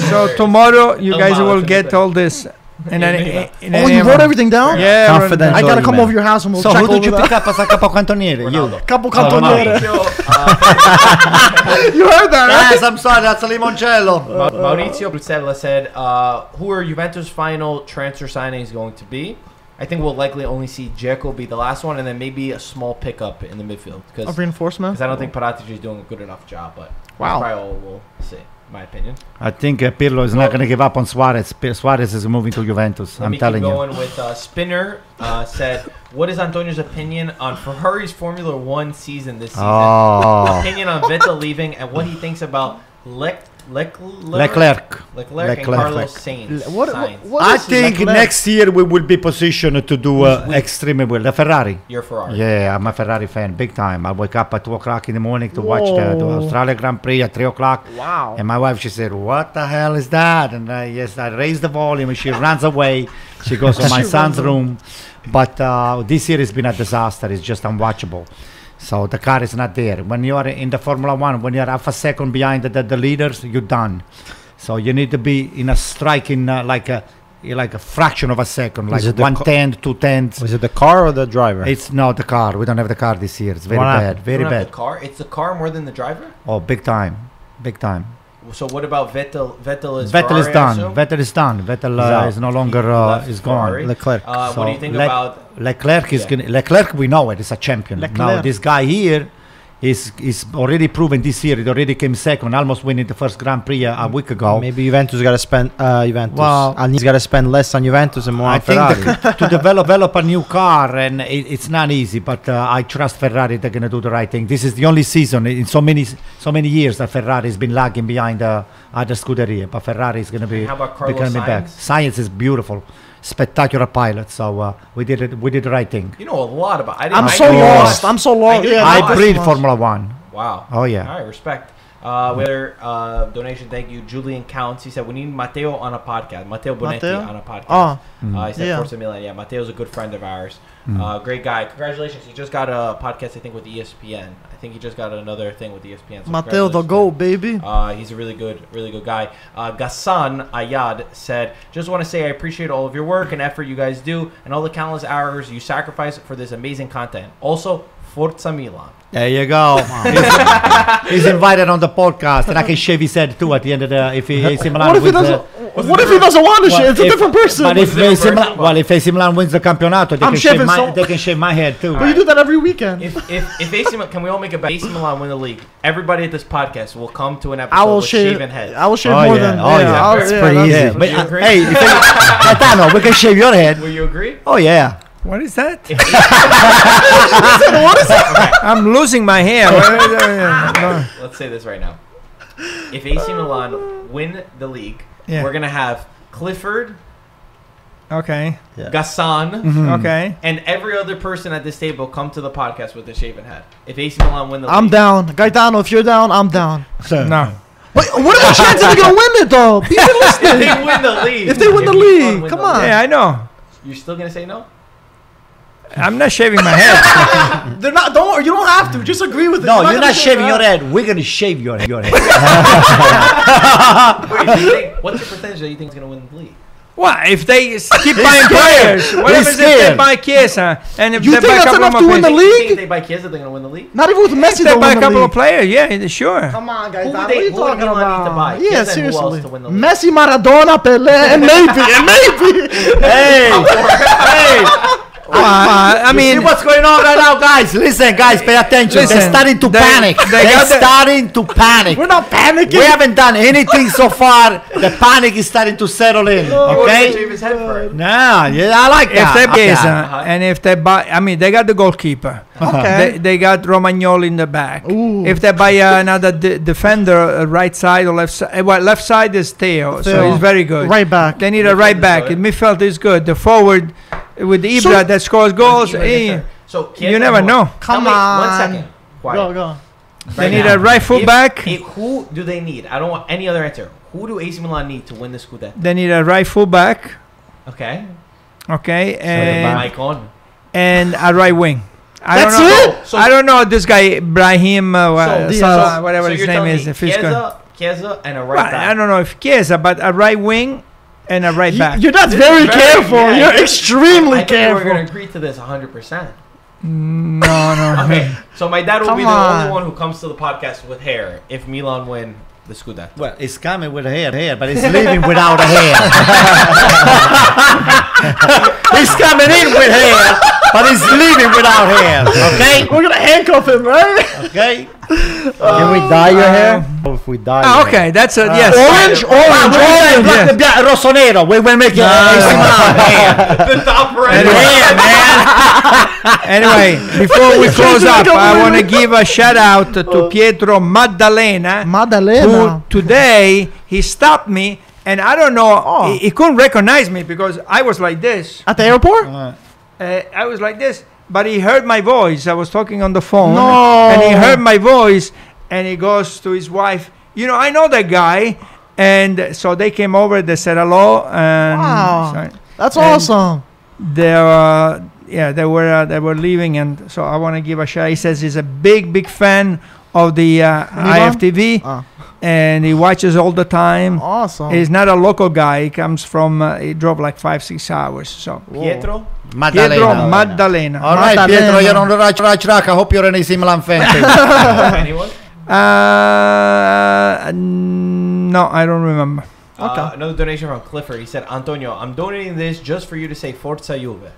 so tomorrow you
Oh,
guys
wow,
will
that's
get
amazing.
all this. And then,
Yeah.
and
Oh, you wrote everything down?
Yeah.
Confident.
I gotta
Sorry,
come
man.
over your house and we'll
So
check
who did
over
you
that.
pick up as a capocannoniere? You.
Ronaldo.
Capo Cantoniere.
Maurizio, uh,
You heard that, right?
Yes, I'm sorry, that's a Eh, limoncello. <laughs>
Ma- Maurizio Bruzzella said, uh, "Who are Juventus' final transfer signings going to be?" I think we'll likely only see Dzeko be the last one, and then maybe a small pickup in the midfield
Oh,
because
Of reinforcement.
I don't think Paratici is doing a good enough job. But
Wow.
Oh.
that's probably all we'll see. in My opinion.
I think uh, Pirlo is not going to give up on Suarez. Pi- Suarez is moving to Juventus.
Let
I'm
me
telling
keep
you.
going with uh, Spinner uh, said, "What is Antonio's opinion on Ferrari's Formula One season this season?
<laughs> Oh,
Opinion on Vettel leaving and what he thinks about Lec- Lec-
Leclerc.
Leclerc, and
Leclerc.
Carlos Sainz.
What, what,
Sainz.
what
I
is
think
Leclerc?
next year we will be positioned to do uh,
Who's we?
extremely well. The Ferrari.
Your Ferrari.
Yeah, I'm a Ferrari fan, big time. I wake up at two o'clock in the morning to watch the, the
Whoa.
Australia Grand Prix at three o'clock.
Wow.
And my wife, she said, "What the hell is that?" And I, yes, I raised the volume, and she runs away. She goes
<laughs>
to my
She runs
son's
away.
room. But uh, this year has been a disaster. It's just unwatchable. So the car is not there. When you are in the Formula One, when you are half a second behind the, the, the leaders, you're done. So you need to be in a striking uh, like a like a fraction of a second, like
Is it the
one
co- Oh,
tenth, two tenths.
Was it the car or the driver?
It's not the car. We don't have the car this year. It's very
Why not?
bad.
You
Very
don't have
bad.
The car. It's the car more than the driver.
Oh, big time. Big time.
So what about Vettel? Vettel is
Vettel is
Ferrari, I
done.
assume?
Vettel is done. Vettel
He's
uh,
out.
is no longer uh,
left
is gone.
Ferrari.
Leclerc.
Uh, what do you
So,
think
Lec-
about
Leclerc is
Yeah.
gonna, Leclerc. We know it is a champion. Now
Leclerc.
this guy here is is already proven this year. It already came second, almost winning the first Grand Prix uh, a, a week ago.
Oh. Maybe Juventus got to spend. Uh, Juventus.
Well-
Well, Alini's got to spend less on Juventus and more
I
on
think
Ferrari.
the, to develop, develop a new car, and it, it's not easy. But uh, I trust Ferrari; they're going to do the right thing. This is the only season in so many so many years that Ferrari has been lagging behind uh, other Scuderia. But Ferrari is going to be
how about
they're
Carlos
gonna be back.
Sainz?
Science is beautiful, spectacular pilot. So uh, we did it. We did the right thing.
You know a lot about. I didn't,
I'm
I
so
knew a lot.
lost. I'm so lost.
I
Yeah,
I
I
just
breathe Formula One.
Wow.
Oh yeah.
All right, respect. Uh, whether uh, donation, thank you, Julian Counts. He said we need Matteo on a podcast. Matteo Bonetti
Matteo?
on a podcast.
Oh,
uh, he said
yeah.
Forza Milan. Yeah, Matteo's a good friend of ours.
Mm.
Uh, great guy. Congratulations. He just got a podcast. I think with E ESPN. I think he just got another thing with E ESPN. So
Matteo the
congratulations
go,
to him.
baby.
Uh, he's a really good, really good guy. Uh, Ghassan Ayad said, "Just want to say I appreciate all of your work and effort you guys do, and all the countless hours you sacrifice for this amazing content. Also, Forza Milan."
There you go. <laughs> He's- He's invited on the podcast, and I can shave his head too at the end of the if he is in Milan
What if he
with, uh,
doesn't? What if he doesn't want to shit? It's a
if-
different person.
But if
It's a different
AC Milan,
person, but-
well, if AC Milan wins the campionato, they
I'm
can, shave
shaving
my,
so-
they can shave my head too.
But you do that every weekend.
If if if AC Milan, can we all make a bet? AC Milan win the league. Everybody at this podcast will come to an episode
I will
with
shave.
shaven heads.
I will shave
Oh,
more
yeah.
than.
Oh, yeah.
I'll-
That's
Pretty
that's-
easy. But,
you
uh,
agree?
hey, if you- <laughs> Gaetano, we can shave your head.
Will you agree?
Oh yeah.
<laughs> What is that?
what is that?
<laughs> I'm losing my hair. No.
Let's say this right now. If AC Milan win the league,
Yeah.
we're gonna have Clifford,
Okay.
Mm-hmm.
Gassan,
Okay.
and every other person at this table come to the podcast with a shaven head. If AC Milan win the
I'm
league,
down, Gaetano. If you're down, I'm down.
So,
No.
But what <laughs> are the chances they're gonna win it though? Be
If <laughs>
realistic.
they win the league,
If they win the
AC Milan
league,
win
come
the
on.
league,
Yeah, I know.
you're still gonna say no?
I'm not shaving my <laughs> head.
They're not. Don't. worry, You don't have to. Just agree with it.
no, Oh, you're not
gonna shave
shaving
it.
your head. We're gonna shave your your head.
Wait, do you think, what's your percentage that you think is gonna win the league?
what if they s- keep buying players? What
He's
happens if they
scared.
buy Chiesa? And if
You
they
think
buy a
that's
couple
enough
more
to win
players,
the
You
league?
think they buy kids, they're gonna win the league?
Not even with Messi.
if they
They'll
buy
win
a
the
couple of
league.
players, yeah, sure.
Come
Who
on, Gaetano.
would
What
they-
are you
who would
talking
Milan need to buy?
about? Yeah,
Chiesa and who else
seriously.
to win the league?
Messi, Maradona, Pele, and maybe, and maybe.
hey, hey.
Well, I
You see
mean,
what's going on right now, guys? Listen, guys, pay attention. they're
Listen,
starting to
they-
panic.
they
They are
got the-
starting to panic.
We're not panicking.
We haven't done anything so far. The panic is starting to settle in.
Oh, You wanna
Okay.
shave his head first.
Nah, yeah, I like
if
that.
they
I like
buy,
that.
Uh-huh.
and if they buy, I mean, they got the goalkeeper. They,
Okay.
they got Romagnoli in the back.
Ooh.
If they buy uh, another de- defender, uh, right side or left side, well, left side is Theo, so
Theo.
he's very good.
Right back.
They need a right
Midfield
back.
is good.
Midfield is good. The forward uh, with Ibra
So-
that scores goals. eh,
So Chiesa
you never
who-
know.
Come
Somebody-
on.
One second. Quiet.
Go, go.
They
Right
need
now.
a right
If-
full back.
if- who do they need? I don't want any other answer. Who do AC Milan need to win the Scudetto?
They need a right full back.
Okay.
Okay,
Mike
and
on.
and a right wing. I
That's
don't know.
it?
So-
I don't know this guy Brahim, uh, wha-
So-
Salah,
so-
whatever
so
his
you're
name
telling
is.
me
If he's good.
Chiesa, Chiesa and a right
Well, I
back.
don't know if Chiesa, but a right wing and a right back.
You, are not very,
Very-
careful.
yeah,
you're
you-
extremely
I think we're
careful.
going to agree to this
<laughs>
100%.
no,
<laughs>
no.
Okay. So my dad will
Come
be the
on.
only one who comes to the podcast with hair if Milan win the Scudetto.
Well, it's coming with a hair, hair, but it's leaving without a hair. it's coming in with hair, but it's leaving without hair. Okay,
We're gonna handcuff him, right?
okay.
Can we dye your hair?
Um,
Or if we dye.
Ah,
your hair?
okay, that's a yes.
Orange, orange, orange.
black,
yeah.
black, rosso nero. We will make it. hair,
<laughs>
<laughs>
the top right. <laughs>
hair, man.
Ah, Anyway, before we close up, I want to
Completely.
give a shout out to Pietro Maddalena.
Madalena.
who today he stopped me and I don't know he, he couldn't recognize me because I was like this
At the airport?
uh, I was like this but he heard my voice I was talking on the phone
No.
and he heard my voice and he goes to his wife you know I know that guy and so they came over they said hello and
Wow.
so
That's
And-
awesome.
they uh, yeah they were uh, they were leaving and so I want to give a shout he says he's a big big fan of the uh,
Milan?
IFTV
Ah. Oh.
and he watches all the time
Awesome.
He's not a local guy. He comes from. Uh, he drove like five, six hours. So
Pietro?
Pietro
Maddalena.
Maddalena.
All right,
Maddalena.
Pietro, you're on the right, right track. I hope you're an AC Milan fan. too.
<laughs> Anyone?
Uh, no, I don't remember.
Uh,
<laughs> Okay.
another donation from Clifford. He said, Antonio, I'm donating this just for you to say Forza Juve.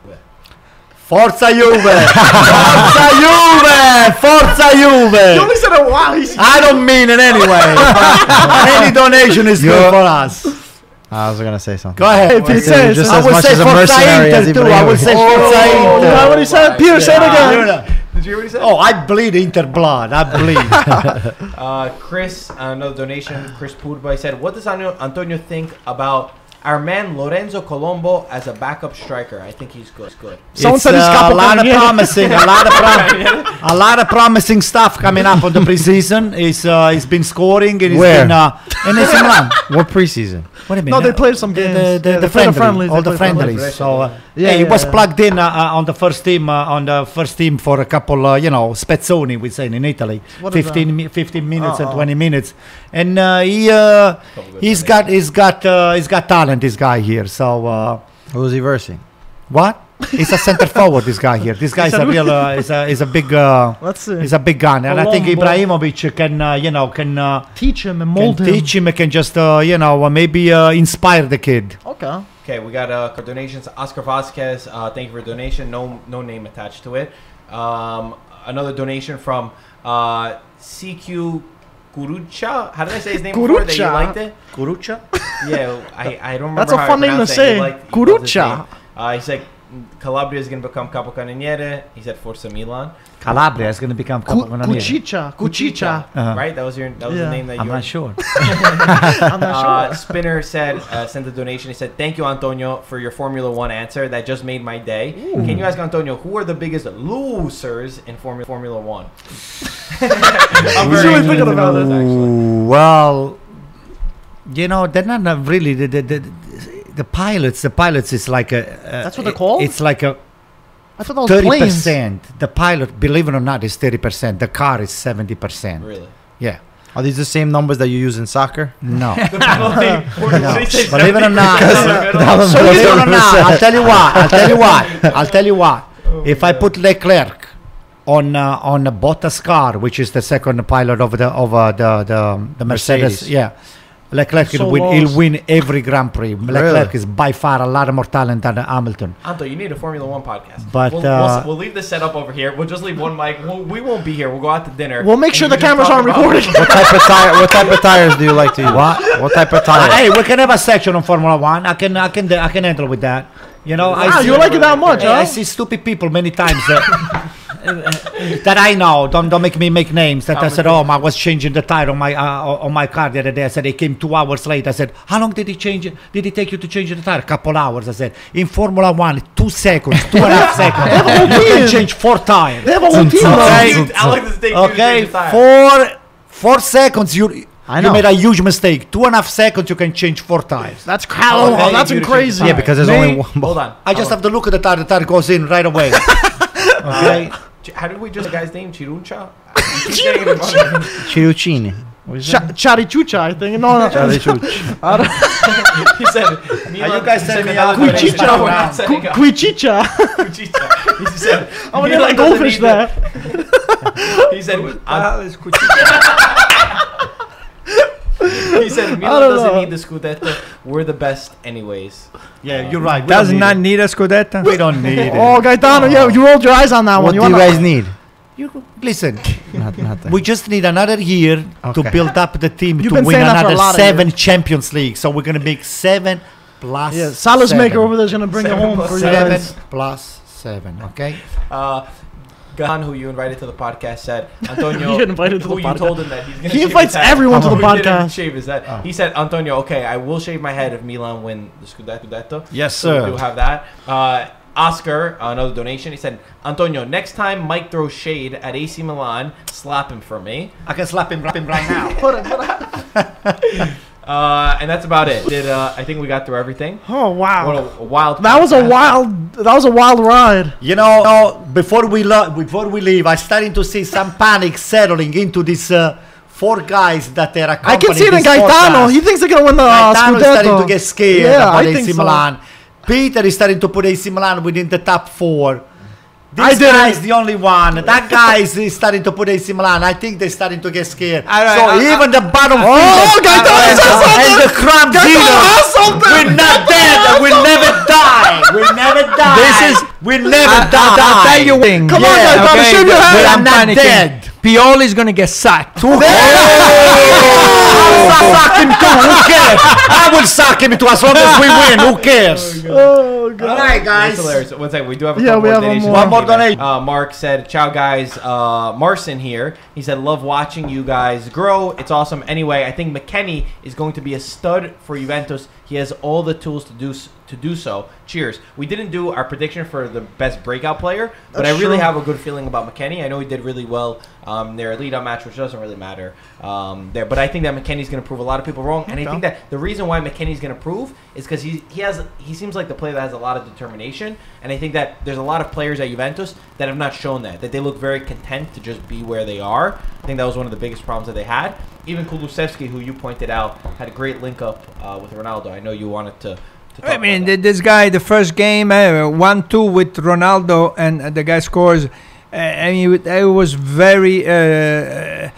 <laughs> Forza <laughs> Juve! Forza Juve! Forza Juve!
said it once.
I don't mean it <laughs> anyway. Any donation is good
You're-
for us.
Ah, I was gonna say something.
Go ahead.
If he says,
just
I
as
will
much
say
as a
Forza
mercenary as
Inter too. I will say
Ibrahimovic.
Forza
Oh,
Inter.
you know what he said? Peter, say it
Ah, you
again.
know.
Did you hear what he said?
Oh, I bleed Inter blood. I <laughs> bleed.
Uh, Chris, another donation. Chris Purba he said, What does Antonio- Antonio think about our man Lorenzo Colombo as a backup striker? I think he's good. He's good.
Someone
it's,
said he's
uh, a
Capo
lot of
Cavanieri.
promising, a lot of prom- <laughs> a lot of promising stuff coming up on the preseason. He's uh, he's been scoring and he's
Where?
been uh, and it's Milan.
What preseason?
What do you mean?
No, they played some
The,
games.
the, the,
Yeah,
the
they played the
friendly,
friendlies,
all
they
the
played the
friendlies. So uh,
Yeah,
yeah, he
yeah,
was
yeah.
plugged in uh, uh, on the first team uh, on the first team for a couple, uh, you know, spezzoni we say in Italy,
What is
15, mi- 15 minutes
Oh,
and
oh.
twenty minutes, and uh, he uh,
Couple good
he's
donations.
got he's got uh, he's got talent. This guy here, so. Uh,
Who's he versing?
what? He's a
<laughs>
center forward. This guy here. This guy's a real. Uh, is a is a big. Uh,
Let's see.
is a big gun, and I think
Colombo.
Ibrahimovic can uh, you know can uh,
Teach him and
can
mold him.
teach him. Can just uh, you know uh, maybe uh, inspire the kid.
Okay.
Okay, we got uh, donations. Oscar Vasquez, uh, thank you for donation. No, no name attached to it. Um, another donation from uh, CQ Kurucha. How did I say his name before? That you
Kurucha?
liked it?
Kurucha.
Yeah, I, I don't remember.
That's a
how I
fun name to
pronounced it. He
say.
liked- he loved his
Kurucha.
name. Uh, he said Calabria is going to become Capocannoniere. He said Forza Milan.
Calabria is going to become
Cu-
Capocannoniere.
Cuchicha. Cuchicha.
Uh-huh.
Right? That was your that was
Yeah.
the name that
I'm
you
not sure.
I'm
<laughs>
not
Uh,
sure.
Spinner said, uh, sent a donation. He said, "Thank you, Antonio, for your Formula One answer. That just made my day." Can you ask Antonio who are the biggest losers in Formula Formula
<laughs>
One? I'm
He's really <laughs>
interested
thinking about
in
it.
actually.
Well, you know they're not, not really the the, the the pilots. The pilots is like a. Uh,
That's what they're called?
It's like a
I thought that was
thirty
planes.
percent. The pilot, believe it or not, is thirty percent. The car is seventy percent.
Really?
Yeah.
Are these the same numbers that you use in soccer?
<laughs>
<laughs>
no.
No.
<laughs>
Believe it or not, <laughs> believe it or not, I'll tell you what. I'll tell
<laughs>
you what. I'll tell you what.
Oh,
If I put Leclerc on uh, on a Bottas car, which is the second pilot of the of uh, the, the the Mercedes,
Mercedes.
yeah. Leclerc
So
will win, he'll
lost.
win every Grand Prix. Leclerc
Really?
is by far a lot more talent than Hamilton.
Anto, you need a Formula One podcast.
But,
we'll,
uh,
we'll, we'll leave the setup over here. We'll just leave one mic. We'll, we won't be here. We'll go out to dinner.
We'll make
and
sure
you
the
can just
cameras
talk
aren't
about- <laughs>
<laughs>
recording.
What type of tire? What type of tires do you like to use? What? What type of
Uh,
tire?
hey, we can have a section on Formula One. I can I can I can handle with that. You know, I
Wow,
see-
Ah, you like it that much,
Hey, I
huh?
see stupid people many times that, that <laughs> I know. Don't don't make me make names.
Ah,
That I said, oh, I was changing the tire on my uh, on my car the other day. I said it came two hours late. I said, how long did he change? it? Did it take you to change the tire? A couple hours. I said, in Formula One, two seconds, two and a
<laughs>
half seconds. you can change four
<laughs>
tires.
They have a whole team.
I
now.
like to- I like to take
Okay,
Tuesdays aside.
four four seconds. You
I
you
know.
made a huge mistake. Two and a half seconds. You can change four times.
That's crazy.
Okay,
That's
you do
crazy.
change
Yeah, because there's
Me-
only one.
Hold on.
I just have to look at the tire. The tire goes in right away. okay.
have. How did we just the guy's name? Chiruncha. You keep saying it in front of me.
Chiruccini.
Cha- Charichucha, I think. No,
<laughs>
no.
He said,
Are you guys setting me up?
Cuchicha.
Cuchicha.
We're not
Cu-
setting up. <laughs>
Cuichicha.
Cuchicha. He said,
<laughs> I want to
Milan doesn't
like goldfish
need
there.
the- He said,
Ah, it's Cucci-
<laughs> he said Milan
don't
doesn't
know.
need the Scudetto. We're the best anyways.
<laughs> Yeah, you're right. We
Does
don't need
not
it.
need a Scudetta?
We don't <laughs> need it.
Oh, Gaetano, yeah, you rolled your eyes on that
What
one.
do
You
you
wanna-
guys need?
You- listen,
Not, nothing.
we just need another year
Okay.
to build up the team
You've
to
been
win
saying that for a
another
lot of
seven Champions League. So we're gonna make seven plus.
Yeah, Salah's
seven.
maker over there is gonna bring
Seven
it home
plus
for you
Seven
guys.
plus seven. Okay.
Uh, Gahan, who you invited to the podcast,
<laughs>
said Antonio.
You invited to
who
the
you
podcast.
told him that he's gonna
He
shave
invites
his head.
everyone
to
<laughs>
the
He didn't
podcast.
Shave his head.
Oh.
He said Antonio, okay, I will shave my head if Milan win the Scudetto.
Yes,
We do have that. Uh, Oscar, another donation. He said, Antonio, next time Mike throws shade at AC Milan, slap him for me.
I can slap him, slap him right now.
Uh, and that's about it. Did uh, I think we got through everything?
Oh,
What
wow.
a, a wild.
That was a
podcast.
wild. That was a wild ride.
<laughs> You know, you know, before we lo- before we leave, I'm starting to see some panic settling into these uh, four guys that are
I
accompanying
can see it in
this
Gaetano.
podcast.
He thinks they're gonna win the uh,
Gaetano is starting to
Scudetto.
get scared
Yeah,
about
I
AC
think so.
Milan. Peter is starting to put AC Milan within the top four. This
I didn't.
guy is the only one. That guy is, is starting to put AC Milan. I think they're starting to get scared.
All right,
so
I- I-
even the bottom
uh, Oh,
feeders
Gaetano
and,
said something.
and the crumb dealers, we're not dead. We'll never die. We'll
<laughs>
never die.
This is-
we'll never
I- I-
die.
I'll tell you one.
Come on,
Yeah,
Gaetano,
okay,
shave your
but-
head.
but
I'm
I'm not
panicking.
dead.
Pioli's gonna get sacked.
<laughs>
I'll suck him too. Who
<laughs>
cares? I will suck him too as long as we win. Who cares?
<laughs> Oh god.
All right,
That's
guys.
hilarious. One second, we do have a
Yeah,
couple
we
more
have one
donations.
more.
One more
that came in.
donation.
Uh, Mark said, "Ciao guys, uh, Marson here." He said, "Love watching you guys grow. It's awesome." Anyway, I think McKenny is going to be a stud for Juventus. He has all the tools to do s- to do so. Cheers. We didn't do our prediction for the best breakout player, but
That's
I really
true.
have a good feeling about McKenny. I know he did really well um, their lead-up match, which doesn't really matter um, there, but I think that McKenny's going to prove a lot of people wrong, and I think that the reason why McKenny's going to prove is because he he has he seems like the player that has a lot of determination, and I think that there's a lot of players at Juventus that have not shown that that they look very content to just be where they are. I think that was one of the biggest problems that they had. Even Kulusevski, who you pointed out, had a great link up uh, with Ronaldo. I know you wanted to. to talk
I mean,
about
th-
that.
this guy, the first game, uh, 1 2 with Ronaldo, and uh, the guy scores. Uh, I mean, it, it was very, uh, uh,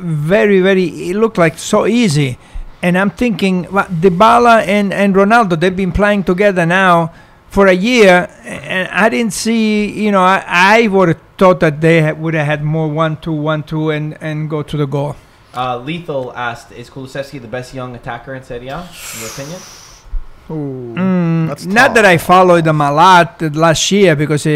very, very, it looked like so easy. And I'm thinking, well, Dybala and, and Ronaldo, they've been playing together now for a year, a- and I didn't see, you know, I, I would have thought that they ha- would have had more 1 2, 1 2, and, and go to the goal.
Uh, Lethal asked, "Is Kulusevski the best young attacker in Serie A? In your opinion?"
Mm,
That's
not that I followed them a lot uh, last year because uh, uh,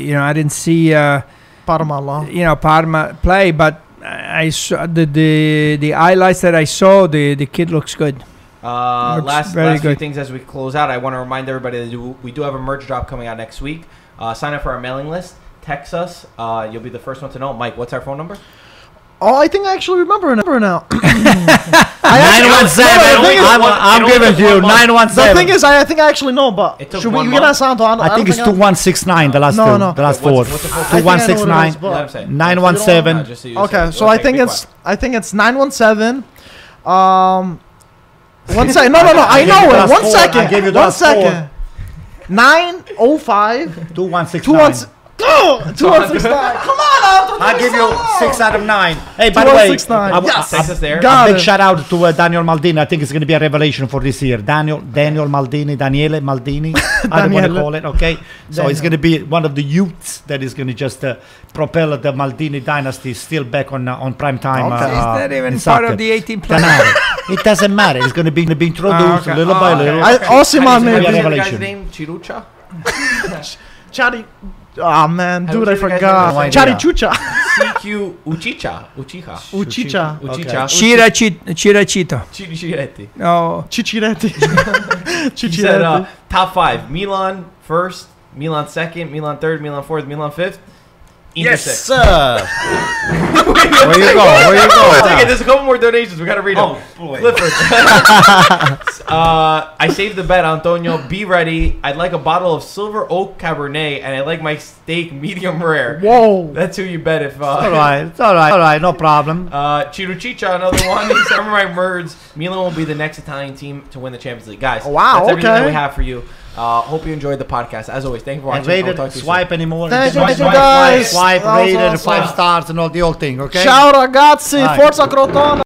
you know I didn't see uh,
Parma law.
you know Parma play, but I I saw the the, the highlights that I saw. The, the kid looks good.
Uh,
Looks
last
very
last few
good.
things as we close out. I want to remind everybody that do- we do have a merch drop coming out next week. Uh, sign up for our mailing list. Text us. Uh, you'll be the first one to know. Mike, what's our phone number?
Oh, I think I actually remember it remember now. <clears throat> I actually-
917.
No, the thing is-
I'm,
one-
I'm
it only
giving
took
you
one month.
The
917.
thing is, I, I think I actually know, but
It took
should we?
one
You're gonna
month.
sound. I, don't-
I
don't
think it's
I'm-
2169, the last,
No,
uh,
no.
the
What's-
last four.
what's the full-
I think I know what it is,
2169.
but-
Let him say it.
917.
No, just so you say
Okay,
it.
so I
Okay,
think
be
it's
quiet.
I think it's nine one seven. Um, one second.
<laughs>
No, no, no. I
gave
know
you the
it.
last
One
four. I gave
second.
you the
One
last four.
second. Nine oh
<laughs>
five. Two
2169.
one. s- Go. Two one six
<laughs>
nine. Come on,
I give you six out of nine. Hey, by the way,
2169.
I-
Yes.
I-
Text us there.
God.
A
it.
big shout out to uh, Daniel Maldini. I think it's going to be a revelation for this year. Daniel, Daniel Maldini, Daniele
<laughs>
Maldini. I don't want to
Daniele.
call it. Okay, so it's going to be one of the youths that is going to just uh, propel the Maldini dynasty still back on uh, on prime time.
Okay.
Uh,
It's not
uh,
even
in
part
soccer.
of the 18
Doesn't
players.
matter. it doesn't matter. It's going to be, be
<laughs>
introduced
okay.
little by little.
I, Osimhen,
How do you say
maybe.
the
Yeah.
guy's
Revelation.
name?
<laughs>
Chirucha?
Chatty. Ah man,
How
dude,
do
I
you say the guy's name?
forgot.
No
Chatty
idea.
Chucha.
CQ Uchicha. Uchiha.
Uchicha.
Uchicha. <laughs>
Chira Chit- Chira Chito. Oh.
Chi- Chiretti.
No,
<laughs>
Chichirete.
He said uh,
Chichirete.
top five: Milan first, Milan second, Milan third, Milan fourth, Milan fifth. Inter sixth.
sir. Where <laughs> you go? Where you
Oh,
One second,
go?
there's a couple more donations. We gotta read them.
<laughs>
Clifford. uh, I saved the bet, Antonio. Be ready. I'd like a bottle of silver oak cabernet, and I like my steak medium rare.
Whoa.
That's who you bet if.
All
Uh,
right, it's all right, all right, no problem.
uh, Chiruchicha, another one. <laughs> Some of my words. Milan will be the next Italian team to win the Champions League, guys.
Oh, wow,
That's everything
okay.
that we have for you. Uh, hope you enjoyed the podcast. As always, thank you for
And
watching. I'll
rated
talk to you soon.
swipe anymore.
Thank you,
Swipe,
thank you
swipe,
guys.
Swipe,
That was
rated
awesome.
five stars and all the old thing. Okay.
Ciao ragazzi,
Dai.
forza Crotone.